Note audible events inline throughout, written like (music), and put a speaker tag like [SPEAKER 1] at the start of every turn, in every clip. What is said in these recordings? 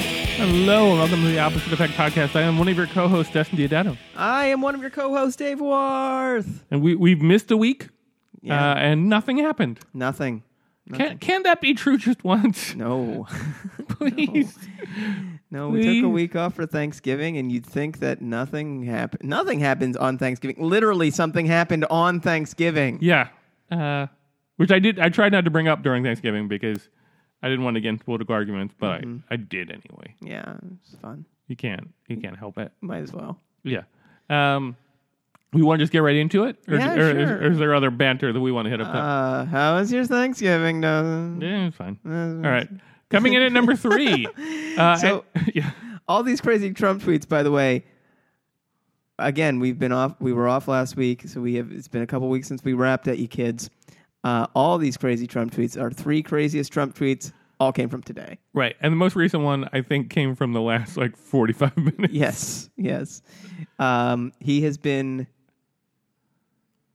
[SPEAKER 1] Hello and welcome to the Opposite Effect Podcast. I am one of your co-hosts, Destin Diadato,
[SPEAKER 2] I am one of your co-hosts, Dave Worth.
[SPEAKER 1] and we we've missed a week,
[SPEAKER 2] Yeah.
[SPEAKER 1] uh, and nothing happened.
[SPEAKER 2] Nothing.
[SPEAKER 1] Can can that be true just once,
[SPEAKER 2] (laughs) No.
[SPEAKER 1] please?
[SPEAKER 2] No, we took
[SPEAKER 1] Please.
[SPEAKER 2] a week off for Thanksgiving, and you'd think that nothing happened. Nothing happens on Thanksgiving. Literally, something happened on Thanksgiving.
[SPEAKER 1] Yeah, uh, which I did. I tried not to bring up during Thanksgiving because I didn't want to get into political arguments, but
[SPEAKER 2] Mm-hmm.
[SPEAKER 1] I, I did anyway.
[SPEAKER 2] Yeah, it's fun.
[SPEAKER 1] You can't you
[SPEAKER 2] Mm.
[SPEAKER 1] can't help it.
[SPEAKER 2] Might as well.
[SPEAKER 1] Yeah. Um, we want to just get right into it, or,
[SPEAKER 2] Yeah,
[SPEAKER 1] or is-
[SPEAKER 2] sure.
[SPEAKER 1] or is, there other banter that we want to hit up? top?
[SPEAKER 2] Uh, how was your Thanksgiving, Dawson?
[SPEAKER 1] yeah, it's fine. All
[SPEAKER 2] (laughs)
[SPEAKER 1] right, coming in at number three. Uh,
[SPEAKER 2] uh, So-
[SPEAKER 1] and- (laughs) yeah.
[SPEAKER 2] All these crazy Trump tweets, by the way. Again, we've been off. We were off last week, so we have. It's been a couple weeks since we wrapped at you kids. Uh, all these crazy Trump tweets. Our three craziest Trump tweets all came from today.
[SPEAKER 1] Right. And the most recent one, I think, came from the last like 45 (laughs) minutes.
[SPEAKER 2] Yes, yes. Um, he has been.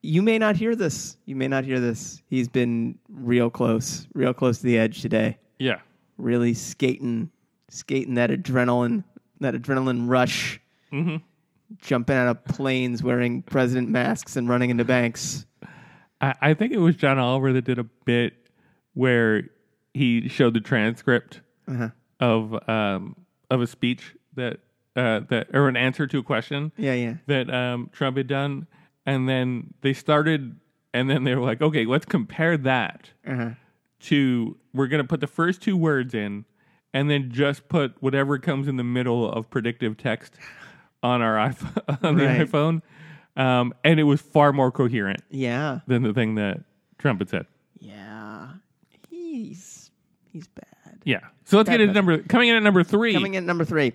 [SPEAKER 2] You may not hear this. You may not hear this. He's been real close, real close to the edge today.
[SPEAKER 1] Yeah.
[SPEAKER 2] Really skating, skating that adrenaline, that adrenaline rush. Mm-hmm. Jumping out of planes wearing president masks and running into banks.
[SPEAKER 1] I, I think it was John Oliver that did a bit where he showed the transcript of um, of a speech that uh, that or an answer to a question
[SPEAKER 2] Yeah, yeah.
[SPEAKER 1] that um, Trump had done, and then they started, and then they were like, okay, let's compare that
[SPEAKER 2] Uh-huh.
[SPEAKER 1] to we're going to put the first two words in, and then just put whatever comes in the middle of predictive text on our iPhone, (laughs) on the
[SPEAKER 2] Right.
[SPEAKER 1] iPhone, um, and it was far more coherent
[SPEAKER 2] Yeah.
[SPEAKER 1] than the thing that Trump had said.
[SPEAKER 2] Yeah. He's he's bad.
[SPEAKER 1] Yeah. So let's get into
[SPEAKER 2] Definitely.
[SPEAKER 1] number coming in at number three.
[SPEAKER 2] Coming in at number three.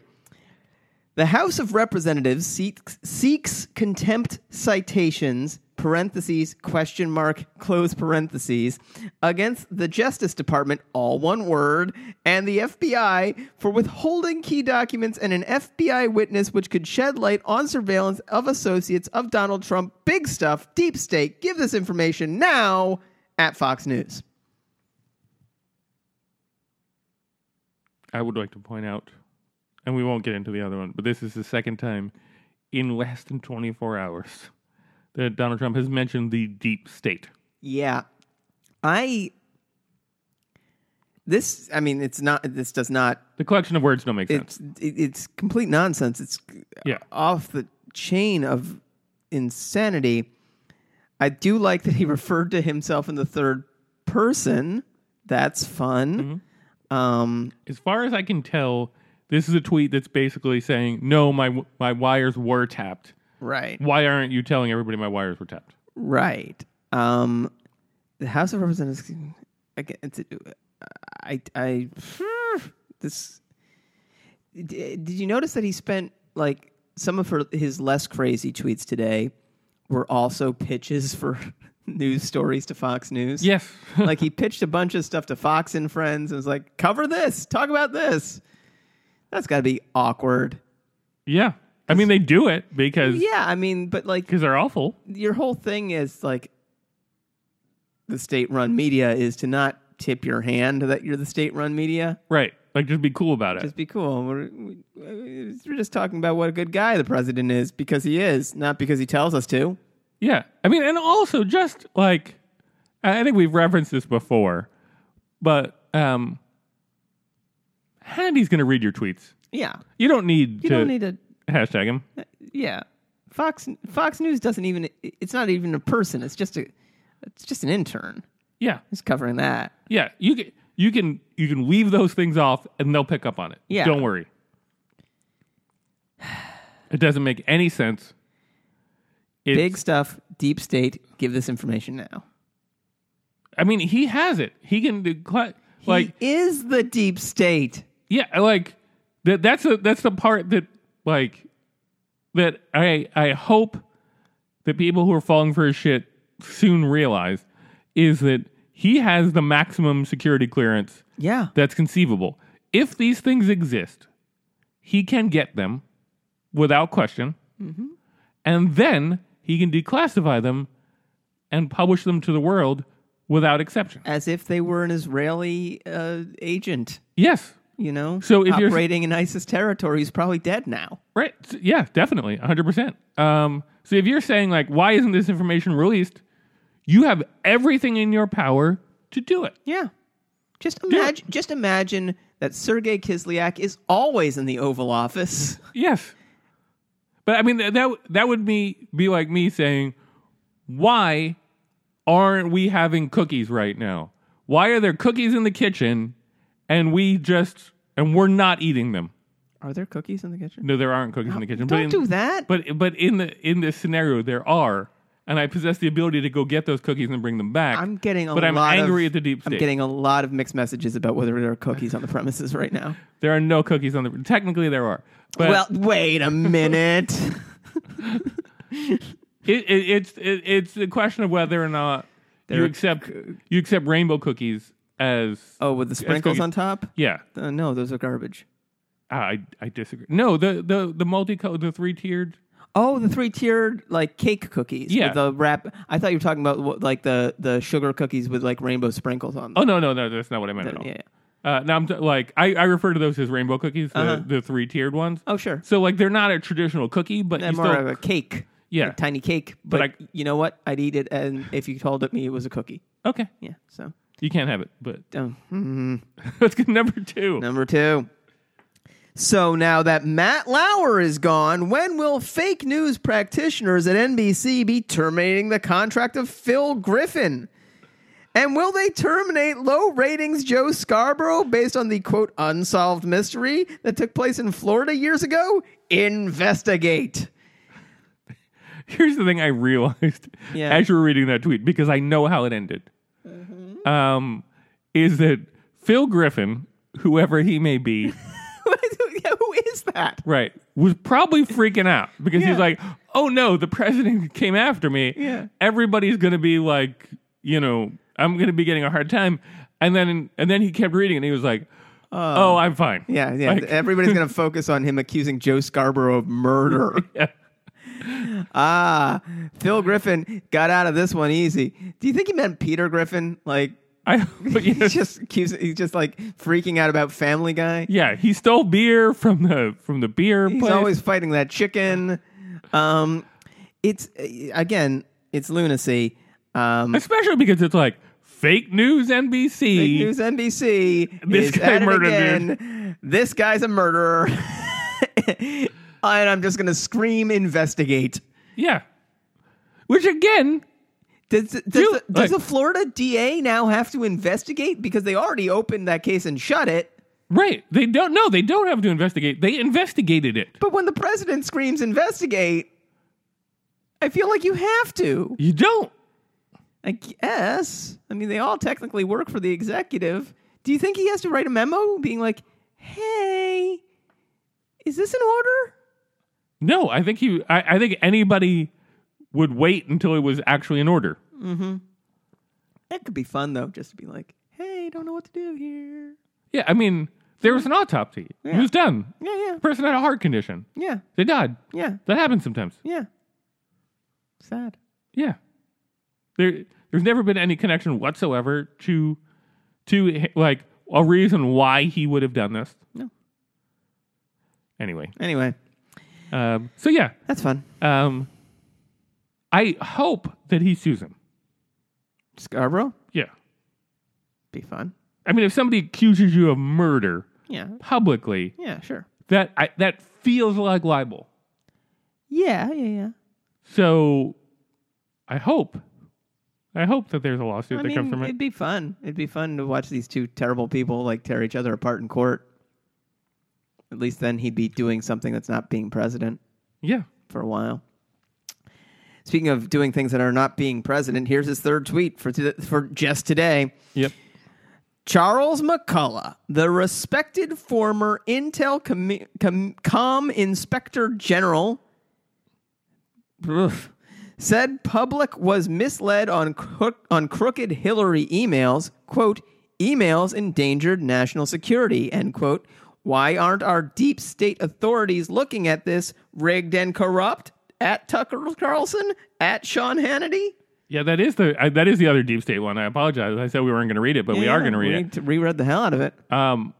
[SPEAKER 2] The House of Representatives seeks, seeks contempt citations, parentheses, question mark, close parentheses, against the Justice Department, all one word, and the FBI for withholding key documents and an FBI witness which could shed light on surveillance of associates of Donald Trump. Big stuff, deep state. Give this information now at Fox News.
[SPEAKER 1] I would like to point out, and we won't get into the other one, but this is the second time in less than 24 hours that Donald Trump has mentioned the deep state.
[SPEAKER 2] Yeah. I this I mean it's not this does not
[SPEAKER 1] The collection of words don't make sense.
[SPEAKER 2] it's it, it's complete nonsense. It's
[SPEAKER 1] Yeah.
[SPEAKER 2] off the chain of insanity. I do like that he (laughs) referred to himself in the third person. That's fun. Um
[SPEAKER 1] As far as I can tell, this is a tweet that's basically saying, "No, my my wires were tapped.
[SPEAKER 2] right.
[SPEAKER 1] Why aren't you telling everybody my wires were tapped?"
[SPEAKER 2] Right. Um the House of Representatives again it's, I I (sighs) this D- did you notice that he spent like some of her his less crazy tweets today were also pitches for (laughs) news stories to Fox News?
[SPEAKER 1] Yes.
[SPEAKER 2] (laughs) like he pitched a bunch of stuff to Fox and Friends and was like, "Cover this, talk about this." That's got to be awkward.
[SPEAKER 1] (laughs) yeah. I mean, they do it because
[SPEAKER 2] Yeah, I mean, but like
[SPEAKER 1] because they're awful.
[SPEAKER 2] your whole thing is like the state-run media is to not tip your hand that you're the state-run media.
[SPEAKER 1] Right. Like just be cool about it.
[SPEAKER 2] Just be cool. We're, we- we're just talking about what a good guy the president is because he is, not because he tells us to.
[SPEAKER 1] Yeah. I mean, and also just like, I I think we've referenced this before, but um, Hannity's going to read your tweets.
[SPEAKER 2] Yeah,
[SPEAKER 1] You don't need
[SPEAKER 2] you
[SPEAKER 1] to
[SPEAKER 2] don't need Uh, to.
[SPEAKER 1] hashtag him.
[SPEAKER 2] Yeah, Fox Fox News doesn't even. It's not even a person. It's just a. It's just an intern
[SPEAKER 1] Yeah.
[SPEAKER 2] who's covering that.
[SPEAKER 1] Yeah. You can, you can, you can leave those things off and they'll pick up on it.
[SPEAKER 2] Yeah.
[SPEAKER 1] Don't worry. It doesn't make any sense. It's,
[SPEAKER 2] Big stuff, deep state. Give this information now.
[SPEAKER 1] I mean, he has it. He can do, cla- like,
[SPEAKER 2] he is the deep state.
[SPEAKER 1] Yeah, like that. That's a, that's the part that like that I I hope that people who are falling for his shit soon realize is that he has the maximum security clearance
[SPEAKER 2] Yeah.
[SPEAKER 1] that's conceivable. If these things exist, he can get them without question, and then he can declassify them and publish them to the world without exception.
[SPEAKER 2] as if they were an Israeli uh, agent.
[SPEAKER 1] Yes,
[SPEAKER 2] you know,
[SPEAKER 1] So if you're-
[SPEAKER 2] operating in ISIS territory is probably dead now.
[SPEAKER 1] Right. S- Yeah, definitely. 100%. Um, so if you're saying, like, why isn't this information released? You have everything in your power to do it.
[SPEAKER 2] Yeah. Just imagine just imagine that Sergei Kislyak is always in the
[SPEAKER 1] (laughs)
[SPEAKER 2] Oval Office.
[SPEAKER 1] Yes. But I mean, th- that, that would be, be like me saying, why aren't we having cookies right now? Why are there cookies in the kitchen and we just, and we're not eating them?
[SPEAKER 2] Are there cookies in the kitchen?
[SPEAKER 1] No, there aren't cookies in the kitchen. but
[SPEAKER 2] Don't
[SPEAKER 1] in-
[SPEAKER 2] do
[SPEAKER 1] (laughs)
[SPEAKER 2] that.
[SPEAKER 1] But but in the in this scenario, there are, and I possess the ability to go get those cookies and bring them back.
[SPEAKER 2] I'm getting a
[SPEAKER 1] but I'm
[SPEAKER 2] lot
[SPEAKER 1] angry
[SPEAKER 2] of,
[SPEAKER 1] at the deep
[SPEAKER 2] I'm
[SPEAKER 1] state.
[SPEAKER 2] getting a lot of mixed messages about whether there are cookies on the premises right now.
[SPEAKER 1] there are no cookies on the. Technically, there are. (laughs) But
[SPEAKER 2] well, wait
[SPEAKER 1] (laughs)
[SPEAKER 2] a minute.
[SPEAKER 1] it, it, it's it, it's a question of whether or not you
[SPEAKER 2] are
[SPEAKER 1] accept you accept rainbow cookies as
[SPEAKER 2] oh, with the sprinkles
[SPEAKER 1] cookies.
[SPEAKER 2] on top?
[SPEAKER 1] yeah.
[SPEAKER 2] Uh, no, those are garbage.
[SPEAKER 1] I I disagree. No, the the the multicolor, the three tiered.
[SPEAKER 2] Oh, the three tiered like cake cookies.
[SPEAKER 1] Yeah.
[SPEAKER 2] with the wrap. I thought you were talking about what, like the the sugar cookies with like rainbow sprinkles on
[SPEAKER 1] Oh
[SPEAKER 2] them.
[SPEAKER 1] no no no, that's not what I meant at all.
[SPEAKER 2] yeah. yeah.
[SPEAKER 1] Uh, now I'm t- like I, I refer to those as rainbow cookies, the,
[SPEAKER 2] Uh-huh.
[SPEAKER 1] the three tiered ones.
[SPEAKER 2] Oh, sure.
[SPEAKER 1] So like they're not a traditional cookie, but
[SPEAKER 2] They're
[SPEAKER 1] you
[SPEAKER 2] more
[SPEAKER 1] still
[SPEAKER 2] of a cake.
[SPEAKER 1] Yeah.
[SPEAKER 2] a tiny cake. But,
[SPEAKER 1] I-
[SPEAKER 2] you know what? I'd eat it, and if you told it me, it was a cookie.
[SPEAKER 1] Okay.
[SPEAKER 2] Yeah. So
[SPEAKER 1] You can't have it, but (laughs)
[SPEAKER 2] um,
[SPEAKER 1] let's get number two.
[SPEAKER 2] number two. So now that Matt Lauer is gone, when will fake news practitioners at NBC be terminating the contract of Phil Griffin? And will they terminate low ratings Joe Scarborough based on the quote unsolved mystery that took place in Florida years ago? Investigate. (laughs)
[SPEAKER 1] Here's the thing I realized
[SPEAKER 2] Yeah.
[SPEAKER 1] as you were reading that tweet, because I know how it ended.
[SPEAKER 2] Mm-hmm.
[SPEAKER 1] Um, is that Phil Griffin, whoever he may
[SPEAKER 2] (laughs)
[SPEAKER 1] be,
[SPEAKER 2] Who is that?
[SPEAKER 1] right, was probably freaking out because
[SPEAKER 2] Yeah.
[SPEAKER 1] he's like, oh no, the president came after me.
[SPEAKER 2] Yeah.
[SPEAKER 1] Everybody's going to be like, you know, I'm going to be getting a hard time. And then, and then he kept reading and he was like, oh, I'm fine.
[SPEAKER 2] Uh, Yeah, yeah.
[SPEAKER 1] Like-
[SPEAKER 2] Everybody's going to focus on him accusing Joe Scarborough of (laughs) murder.
[SPEAKER 1] (laughs) Yeah.
[SPEAKER 2] Ah, Phil Griffin got out of this one easy. Do you think he meant Peter Griffin? Like
[SPEAKER 1] I, (laughs) but, you know,
[SPEAKER 2] he's just accusing, he's just like freaking out about Family Guy.
[SPEAKER 1] Yeah, he stole beer from the from the beer
[SPEAKER 2] He's
[SPEAKER 1] place.
[SPEAKER 2] always fighting that chicken. Um, it's again, it's lunacy. Um,
[SPEAKER 1] Especially because it's like fake news NBC.
[SPEAKER 2] Fake News NBC.
[SPEAKER 1] This
[SPEAKER 2] is
[SPEAKER 1] guy
[SPEAKER 2] at it
[SPEAKER 1] murdered
[SPEAKER 2] again. This guy's a murderer. (laughs) and I'm just going to scream investigate.
[SPEAKER 1] Yeah. Which again,
[SPEAKER 2] Does, does,
[SPEAKER 1] Do-
[SPEAKER 2] the,
[SPEAKER 1] like-
[SPEAKER 2] does the Florida DA now have to investigate because they already opened that case and shut it?
[SPEAKER 1] right, they don't no, they don't have to investigate. They investigated it.
[SPEAKER 2] But when the president screams investigate, I feel like you have to.
[SPEAKER 1] You don't.
[SPEAKER 2] I guess. I mean, they all technically work for the executive. Do you think he has to write a memo being like, "Hey, is this an order?"
[SPEAKER 1] No, I think you I, I think anybody would wait until it was actually in order.
[SPEAKER 2] That could be fun though, just to be like, "Hey, don't know what to do here."
[SPEAKER 1] Yeah, I mean, there was an autopsy. It was done.
[SPEAKER 2] Yeah, yeah,
[SPEAKER 1] The person had a heart condition.
[SPEAKER 2] yeah,
[SPEAKER 1] They died.
[SPEAKER 2] yeah,
[SPEAKER 1] That happens sometimes.
[SPEAKER 2] yeah. Sad.
[SPEAKER 1] Yeah. There there's never been any connection whatsoever to to like a reason why he would have done this.
[SPEAKER 2] No.
[SPEAKER 1] Anyway.
[SPEAKER 2] Anyway,
[SPEAKER 1] Um so yeah.
[SPEAKER 2] that's fun.
[SPEAKER 1] Um I hope that he sues him.
[SPEAKER 2] Scarborough,
[SPEAKER 1] Yeah.
[SPEAKER 2] be fun.
[SPEAKER 1] I mean if somebody accuses you of murder
[SPEAKER 2] Yeah,
[SPEAKER 1] publicly,
[SPEAKER 2] yeah, sure.
[SPEAKER 1] that I, that feels like libel.
[SPEAKER 2] Yeah, yeah, yeah.
[SPEAKER 1] So I hope I hope that there's a lawsuit
[SPEAKER 2] I
[SPEAKER 1] that comes
[SPEAKER 2] mean,
[SPEAKER 1] from it.
[SPEAKER 2] it'd be fun. It'd be fun to watch these two terrible people like tear each other apart in court. At least then he'd be doing something that's not being president
[SPEAKER 1] Yeah.
[SPEAKER 2] for a while. Speaking of doing things that are not being president, here's his third tweet for to for just today.
[SPEAKER 1] Yep.
[SPEAKER 2] Charles McCullough, the respected former Intel commi- com- Com Inspector General, Oof. said public was misled on crook- on crooked Hillary emails. "Quote emails endangered national security." End quote. Why aren't our deep state authorities looking at this rigged and corrupt? At Tucker Carlson, at Sean Hannity.
[SPEAKER 1] Yeah, that is the I, that is the other deep state one. I apologize. I said we weren't going to read it, but we are going to read
[SPEAKER 2] We
[SPEAKER 1] it.
[SPEAKER 2] need to reread the hell out of it.
[SPEAKER 1] Um,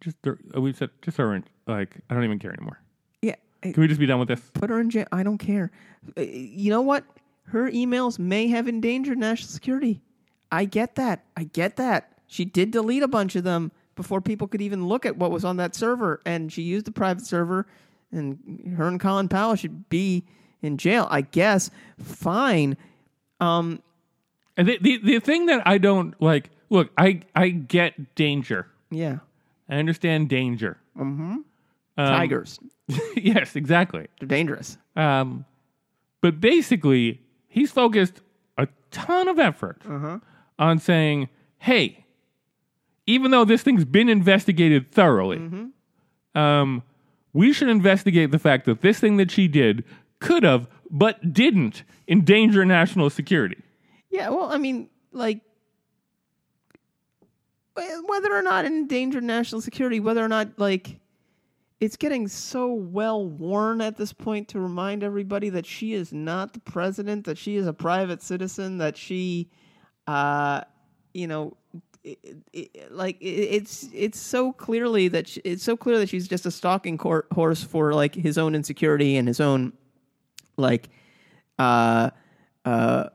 [SPEAKER 1] just throw- uh, we've said just throw her in. Like I don't even care anymore.
[SPEAKER 2] Yeah. I-
[SPEAKER 1] Can we just be done with this?
[SPEAKER 2] Put her in jail. I don't care. Uh, You know what? Her emails may have endangered national security. I get that. I get that. She did delete a bunch of them before people could even look at what was on that server, and she used a private server. And her and Colin Powell should be in jail, I guess. Fine. Um,
[SPEAKER 1] And the, the the thing that I don't like. Look, I I get danger.
[SPEAKER 2] yeah.
[SPEAKER 1] I understand danger. (laughs)
[SPEAKER 2] Tigers.
[SPEAKER 1] yes, exactly.
[SPEAKER 2] They're dangerous.
[SPEAKER 1] Um, but basically, he's focused a ton of effort on saying, hey, even though this thing's been investigated thoroughly, um, we should investigate the fact that this thing that she did could have, but didn't, endanger national security.
[SPEAKER 2] Yeah, well, I mean, like, wh- whether or not it endangered national security, whether or not, like, it's getting so well worn at this point to remind everybody that she is not the president, that she is a private citizen, that she, uh, you know, i i like i it's it's so clearly that she, it's so clear that she's just a stalking cor- horse for like his own insecurity and his own like uh uh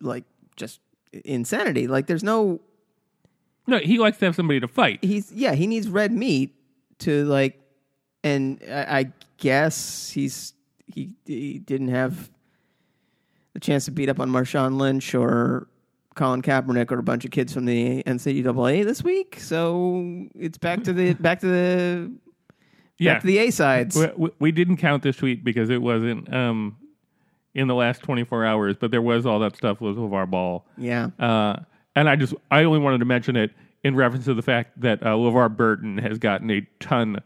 [SPEAKER 2] like just insanity like there's no
[SPEAKER 1] No, he likes to have somebody to fight.
[SPEAKER 2] he's yeah he needs red meat to like and i, I guess he's he, he didn't have the chance to beat up on Marshawn Lynch or Colin Kaepernick or a bunch of kids from the NCAA this week so it's back to the back to the
[SPEAKER 1] Yeah.
[SPEAKER 2] back to the a sides
[SPEAKER 1] We- we, we didn't count this tweet because it wasn't um, in the last 24 hours, but there was all that stuff with LeVar Ball.
[SPEAKER 2] yeah
[SPEAKER 1] Uh, and I just, I only wanted to mention it in reference to the fact that uh, LeVar Burton has gotten a ton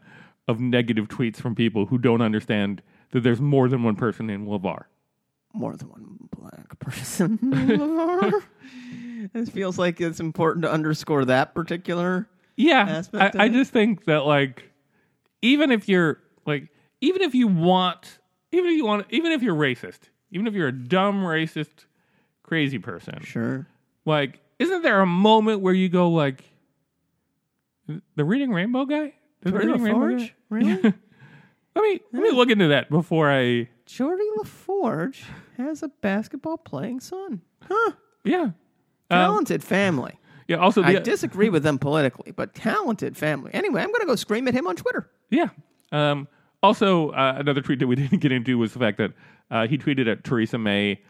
[SPEAKER 1] of negative tweets from people who don't understand that there's more than one person in LeVar.
[SPEAKER 2] more than one black (laughs) person. this feels like it's important to underscore that particular.
[SPEAKER 1] Yeah. I,
[SPEAKER 2] Aspect of
[SPEAKER 1] I
[SPEAKER 2] it?
[SPEAKER 1] just think that, like, even if you're, like, even if you want, even if you want, even if you're racist, even if you're a dumb, racist, crazy person,
[SPEAKER 2] Sure.
[SPEAKER 1] like isn't there a moment where you go like the reading rainbow guy the
[SPEAKER 2] Jordy
[SPEAKER 1] reading rainbow
[SPEAKER 2] LaForge?
[SPEAKER 1] guy?
[SPEAKER 2] Really?
[SPEAKER 1] let me let me look into that before i
[SPEAKER 2] Jordy LaForge has a basketball playing son. Huh.
[SPEAKER 1] yeah um,
[SPEAKER 2] Talented family.
[SPEAKER 1] yeah also
[SPEAKER 2] I
[SPEAKER 1] the,
[SPEAKER 2] disagree
[SPEAKER 1] (laughs)
[SPEAKER 2] with them politically, but talented family. Anyway, I'm going to go scream at him on Twitter.
[SPEAKER 1] yeah um also uh, another tweet that we (laughs) didn't get into was the fact that uh, he tweeted at theresa may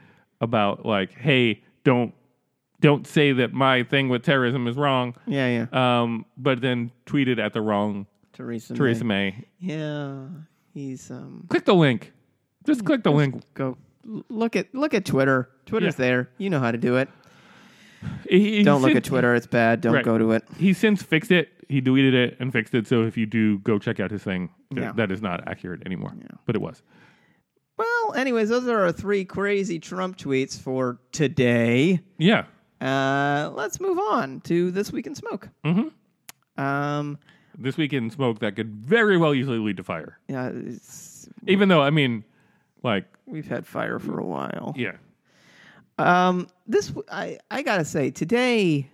[SPEAKER 1] about like hey don't don't say that my thing with terrorism is wrong
[SPEAKER 2] Yeah, yeah.
[SPEAKER 1] um but then tweeted at the wrong
[SPEAKER 2] Teresa. May.
[SPEAKER 1] theresa may
[SPEAKER 2] Yeah. He's um
[SPEAKER 1] click the link just click the link
[SPEAKER 2] go l- look at look at Twitter. Twitter's
[SPEAKER 1] Yeah.
[SPEAKER 2] there. You know how to do it.
[SPEAKER 1] He- he
[SPEAKER 2] Don't look
[SPEAKER 1] said-
[SPEAKER 2] at
[SPEAKER 1] (laughs)
[SPEAKER 2] Twitter. It's bad. Don't
[SPEAKER 1] Right.
[SPEAKER 2] go to it.
[SPEAKER 1] He's since fixed it. He deleted it and fixed it. So if you do go check out his thing, th-
[SPEAKER 2] Yeah.
[SPEAKER 1] that is not accurate anymore. But it was.
[SPEAKER 2] Well, anyways, those are our three crazy Trump tweets for today.
[SPEAKER 1] Yeah.
[SPEAKER 2] Uh, let's move on to this week in smoke. Mm-hmm. Um,
[SPEAKER 1] This week in smoke, that could very well usually lead to fire.
[SPEAKER 2] yeah, it's,
[SPEAKER 1] Even though, I mean, like,
[SPEAKER 2] we've had fire for a while.
[SPEAKER 1] yeah.
[SPEAKER 2] Um, this w- I I gotta say today.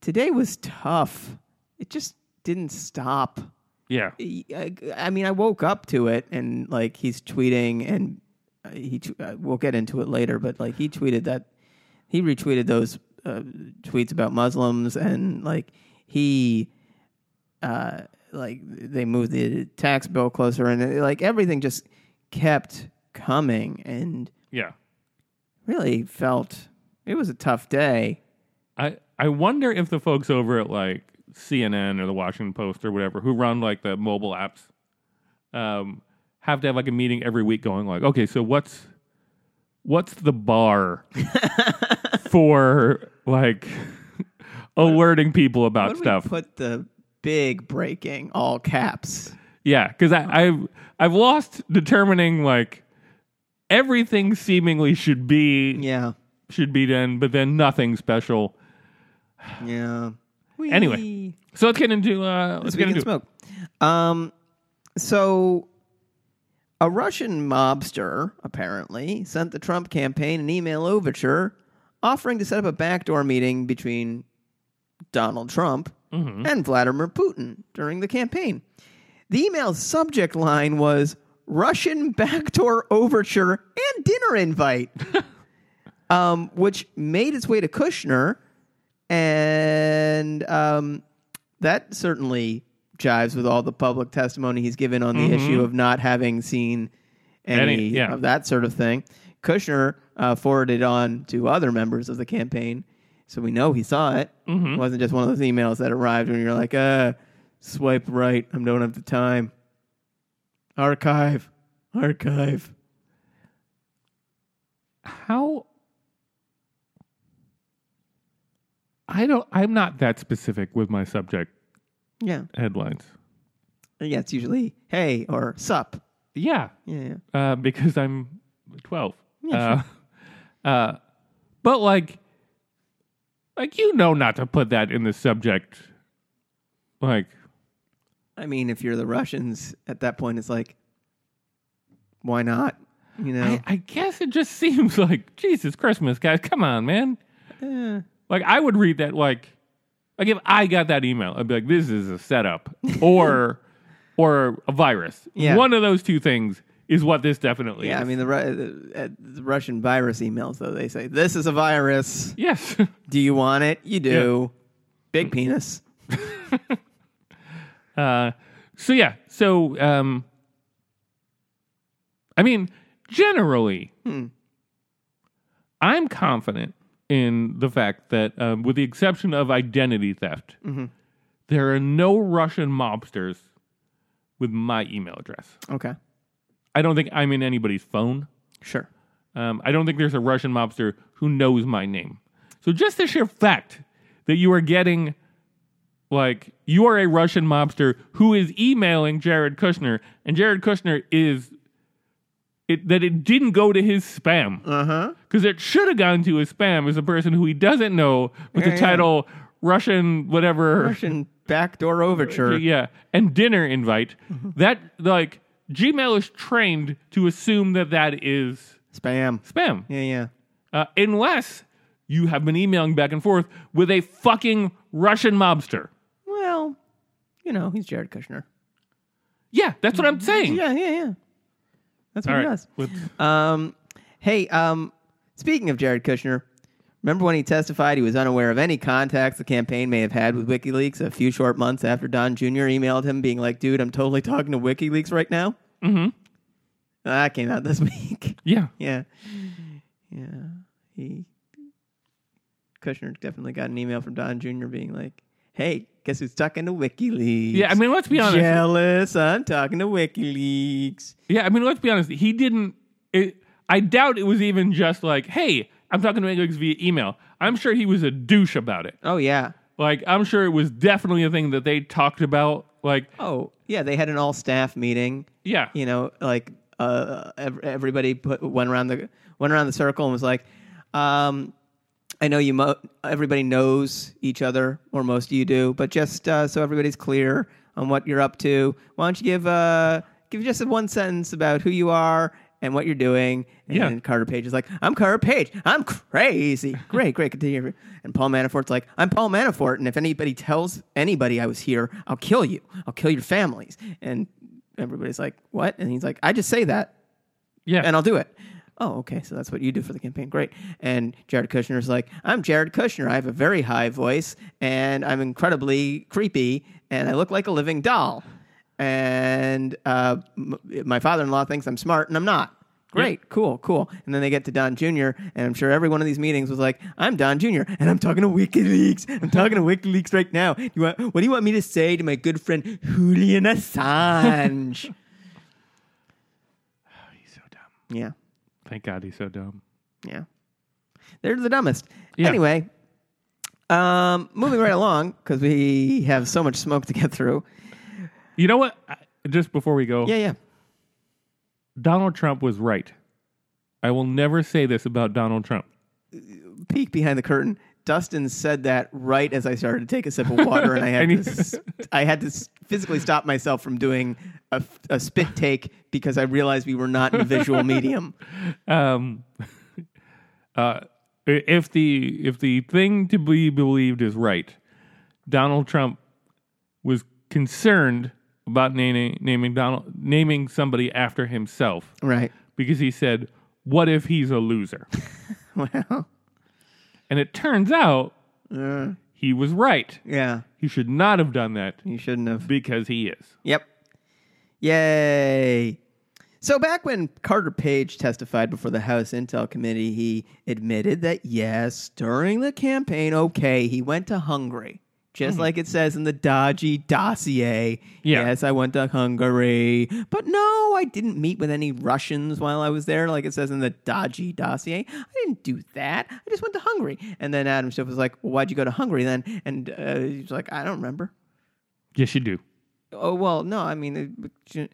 [SPEAKER 2] Today was tough. It just didn't stop.
[SPEAKER 1] Yeah.
[SPEAKER 2] I, I mean, I woke up to it, and like he's tweeting, and uh, he tw- uh, we'll get into it later, but like he tweeted that he retweeted those uh, tweets about Muslims, and like he uh, like they moved the tax bill closer, and uh, like everything just kept coming, and
[SPEAKER 1] Yeah.
[SPEAKER 2] really felt it was a tough day.
[SPEAKER 1] I, I wonder if the folks over at like CNN or the Washington Post or whatever who run like the mobile apps um, have to have like a meeting every week going like, okay, so what's what's the
[SPEAKER 2] (laughs)
[SPEAKER 1] bar for like (laughs) alerting people about
[SPEAKER 2] What did
[SPEAKER 1] stuff?
[SPEAKER 2] we put the big breaking all caps?
[SPEAKER 1] Yeah, because I've I've lost determining like everything seemingly should be
[SPEAKER 2] Yeah,
[SPEAKER 1] should be done, but then nothing special.
[SPEAKER 2] yeah.
[SPEAKER 1] Anyway.
[SPEAKER 2] Whee!
[SPEAKER 1] So let's get into uh, let's get
[SPEAKER 2] Speaking
[SPEAKER 1] into
[SPEAKER 2] of smoke. Um, so a Russian mobster apparently sent the Trump campaign an email overture offering to set up a backdoor meeting between Donald Trump and Vladimir Putin during the campaign. The email's subject line was Russian backdoor overture and dinner invite, um, which made its way to Kushner. And um, that certainly jives with all the public testimony he's given on the issue of not having seen Mm-hmm. any,
[SPEAKER 1] Any- yeah.
[SPEAKER 2] of that sort of thing. Kushner uh, forwarded on to other members of the campaign, so we know he saw it. It wasn't just one of those emails that arrived when you're like, uh, swipe right, I don't have the time. Archive, archive.
[SPEAKER 1] How? I don't. I'm not that specific with my subject
[SPEAKER 2] Yeah,
[SPEAKER 1] headlines.
[SPEAKER 2] yeah. It's usually hey or sup.
[SPEAKER 1] Yeah,
[SPEAKER 2] Yeah, yeah.
[SPEAKER 1] uh, because I'm 12.
[SPEAKER 2] Yeah,
[SPEAKER 1] uh, uh, but like, like you know, not to put that in the subject. Like,
[SPEAKER 2] I mean, if you're the Russians at that point, it's like, why not? You know,
[SPEAKER 1] I, I guess it just (laughs) seems like Jesus Christmas, guys. Come on, man.
[SPEAKER 2] Eh.
[SPEAKER 1] Like I would read that like like if I got that email, I'd be like, this is a
[SPEAKER 2] (laughs)
[SPEAKER 1] setup or or a virus.
[SPEAKER 2] Yeah.
[SPEAKER 1] One of those two things is what this definitely
[SPEAKER 2] yeah.
[SPEAKER 1] is.
[SPEAKER 2] I mean, the, Ru- uh, uh, the Russian virus emails though they say this is a virus.
[SPEAKER 1] yes. (laughs)
[SPEAKER 2] Do you want it? You do. Big penis.
[SPEAKER 1] uh, so yeah. So um I mean, generally I'm confident in the fact that um, with the exception of identity theft, there are no Russian mobsters with my email address.
[SPEAKER 2] Okay.
[SPEAKER 1] I don't think I'm in anybody's phone.
[SPEAKER 2] Sure.
[SPEAKER 1] Um, I don't think there's a Russian mobster who knows my name. So just the sheer fact that you are getting, like, you are a Russian mobster who is emailing Jared Kushner, and Jared Kushner is it that it didn't go to his spam
[SPEAKER 2] Uh huh.
[SPEAKER 1] because it should have gone to his spam is a person who he doesn't know with the
[SPEAKER 2] Yeah, yeah.
[SPEAKER 1] title Russian whatever
[SPEAKER 2] Russian backdoor overture. (laughs)
[SPEAKER 1] yeah, and dinner invite.
[SPEAKER 2] Mm-hmm.
[SPEAKER 1] That like Gmail is trained to assume that that is
[SPEAKER 2] Spam.
[SPEAKER 1] spam,
[SPEAKER 2] Yeah, yeah.
[SPEAKER 1] uh, unless you have been emailing back and forth with a fucking Russian mobster.
[SPEAKER 2] Well, you know, he's Jared Kushner.
[SPEAKER 1] Yeah, that's what I'm saying.
[SPEAKER 2] Yeah, yeah, yeah. That's what
[SPEAKER 1] All
[SPEAKER 2] he
[SPEAKER 1] right.
[SPEAKER 2] does.
[SPEAKER 1] With-
[SPEAKER 2] Um, hey, um, speaking of Jared Kushner, remember when he testified he was unaware of any contacts the campaign may have had with WikiLeaks a few short months after Don Jr. emailed him, being like, dude, I'm totally talking to WikiLeaks right now? Mm hmm.
[SPEAKER 1] Mm-hmm.
[SPEAKER 2] That came out this (laughs) week.
[SPEAKER 1] yeah.
[SPEAKER 2] Yeah. Yeah. He Kushner definitely got an email from Don Jr. being like, Hey, guess who's talking to WikiLeaks?
[SPEAKER 1] Yeah, I mean, let's be honest.
[SPEAKER 2] Jealous, I'm talking to WikiLeaks.
[SPEAKER 1] Yeah, I mean, let's be honest. He didn't. It, I doubt it was even just like, "Hey, I'm talking to Wikileaks via email." I'm sure he was a douche about it.
[SPEAKER 2] Oh yeah.
[SPEAKER 1] Like, I'm sure it was definitely a thing that they talked about. Like,
[SPEAKER 2] Oh, yeah, they had an all staff meeting.
[SPEAKER 1] yeah,
[SPEAKER 2] You know, like uh ev- everybody put went around the went around the circle and was like, um I know you. Mo- everybody knows each other, or most of you do. But just uh, so everybody's clear on what you're up to, why don't you give uh, give just one sentence about who you are and what you're doing? And
[SPEAKER 1] Yeah.
[SPEAKER 2] then Carter Page is like, "I'm Carter Page. I'm crazy. Great, great. Continue." And Paul Manafort's like, "I'm Paul Manafort, and if anybody tells anybody I was here, I'll kill you. I'll kill your families." And everybody's like, "What?" And he's like, "I just say that
[SPEAKER 1] yeah.
[SPEAKER 2] and I'll do it. Oh, okay. So that's what you do for the campaign. Great. And Jared Kushner's like, I'm Jared Kushner. I have a very high voice and I'm incredibly creepy and I look like a living doll. And uh, m- my father in law thinks I'm smart and I'm not. Great. Cool. Cool. And then they get to Don Jr. And I'm sure every one of these meetings was like, I'm Don Jr. and I'm talking to WikiLeaks. I'm talking to WikiLeaks right now. You want, what do you want me to say to my good friend Julian Assange?
[SPEAKER 1] he's so dumb.
[SPEAKER 2] yeah.
[SPEAKER 1] Thank God he's so dumb.
[SPEAKER 2] Yeah. They're the dumbest.
[SPEAKER 1] Yeah.
[SPEAKER 2] Anyway, um, moving right along, because we have so much smoke to get through.
[SPEAKER 1] You know what? I- Just before we go,
[SPEAKER 2] Yeah, yeah.
[SPEAKER 1] Donald Trump was right. I will never say this about Donald Trump.
[SPEAKER 2] Peek behind the curtain. Dustin said that right as I started to take a sip of water, (laughs) and I had
[SPEAKER 1] And
[SPEAKER 2] to,
[SPEAKER 1] he-
[SPEAKER 2] s- I had to s- physically stop myself from doing a, f- a spit take because I realized we were not in a (laughs) visual medium.
[SPEAKER 1] Um, uh, if the if the thing to be believed is right, Donald Trump was concerned about naming naming Donald naming somebody after himself
[SPEAKER 2] Right.
[SPEAKER 1] because he said, "What if he's a loser?" (laughs)
[SPEAKER 2] Well,
[SPEAKER 1] and it turns out
[SPEAKER 2] uh,
[SPEAKER 1] he was right.
[SPEAKER 2] yeah,
[SPEAKER 1] He should not have done that
[SPEAKER 2] you shouldn't have.
[SPEAKER 1] because he is.
[SPEAKER 2] Yep. Yay. So back when Carter Page testified before the House Intel Committee, he admitted that yes, during the campaign, okay, he went to Hungary. Just like it says in the dodgy dossier.
[SPEAKER 1] Yeah.
[SPEAKER 2] Yes, I went to Hungary. But no, I didn't meet with any Russians while I was there, like it says in the dodgy dossier. I didn't do that. I just went to Hungary. And then Adam Schiff was like, Why'd you go to Hungary then? And uh, he's like, I don't remember.
[SPEAKER 1] Yes, you do.
[SPEAKER 2] Oh well, no, I mean, it- but you-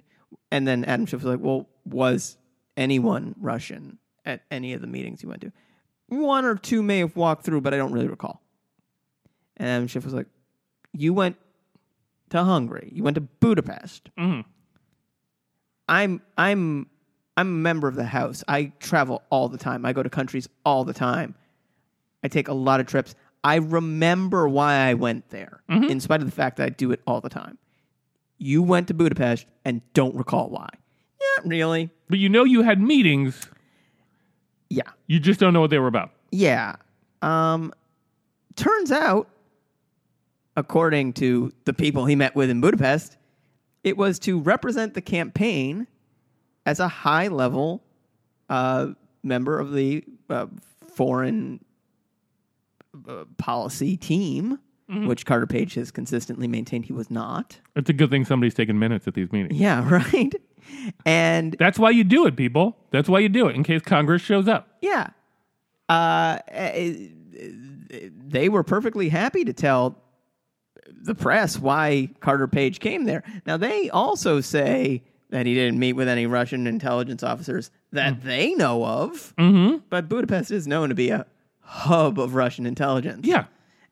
[SPEAKER 2] and then Adam Schiff was like, "Well, was anyone Russian at any of the meetings you went to? One or two may have walked through, but I don't really recall." And Adam Schiff was like, "You went to Hungary. You went to Budapest.
[SPEAKER 1] Mhm.
[SPEAKER 2] I'm, I'm, I'm a member of the House. I travel all the time. I go to countries all the time. I take a lot of trips. I remember why I went there, in spite of the fact that I do it all the time." you went to Budapest and don't recall why. Not really.
[SPEAKER 1] But you know you had meetings.
[SPEAKER 2] Yeah.
[SPEAKER 1] You just don't know what they were about.
[SPEAKER 2] Yeah. Um, turns out, according to the people he met with in Budapest, it was to represent the campaign as a high level uh, member of the uh, foreign uh, policy team, which Carter Page has consistently maintained he was not.
[SPEAKER 1] It's a good thing somebody's taking minutes at these meetings.
[SPEAKER 2] Yeah, (laughs) right. And
[SPEAKER 1] That's why you do it, people. That's why you do it in case Congress shows up.
[SPEAKER 2] Yeah. Uh, eh, eh, they were perfectly happy to tell the press why Carter Page came there. Now, they also say that he didn't meet with any Russian intelligence officers that they know of,
[SPEAKER 1] Mm-hmm.
[SPEAKER 2] but Budapest is known to be a hub of Russian intelligence.
[SPEAKER 1] Yeah.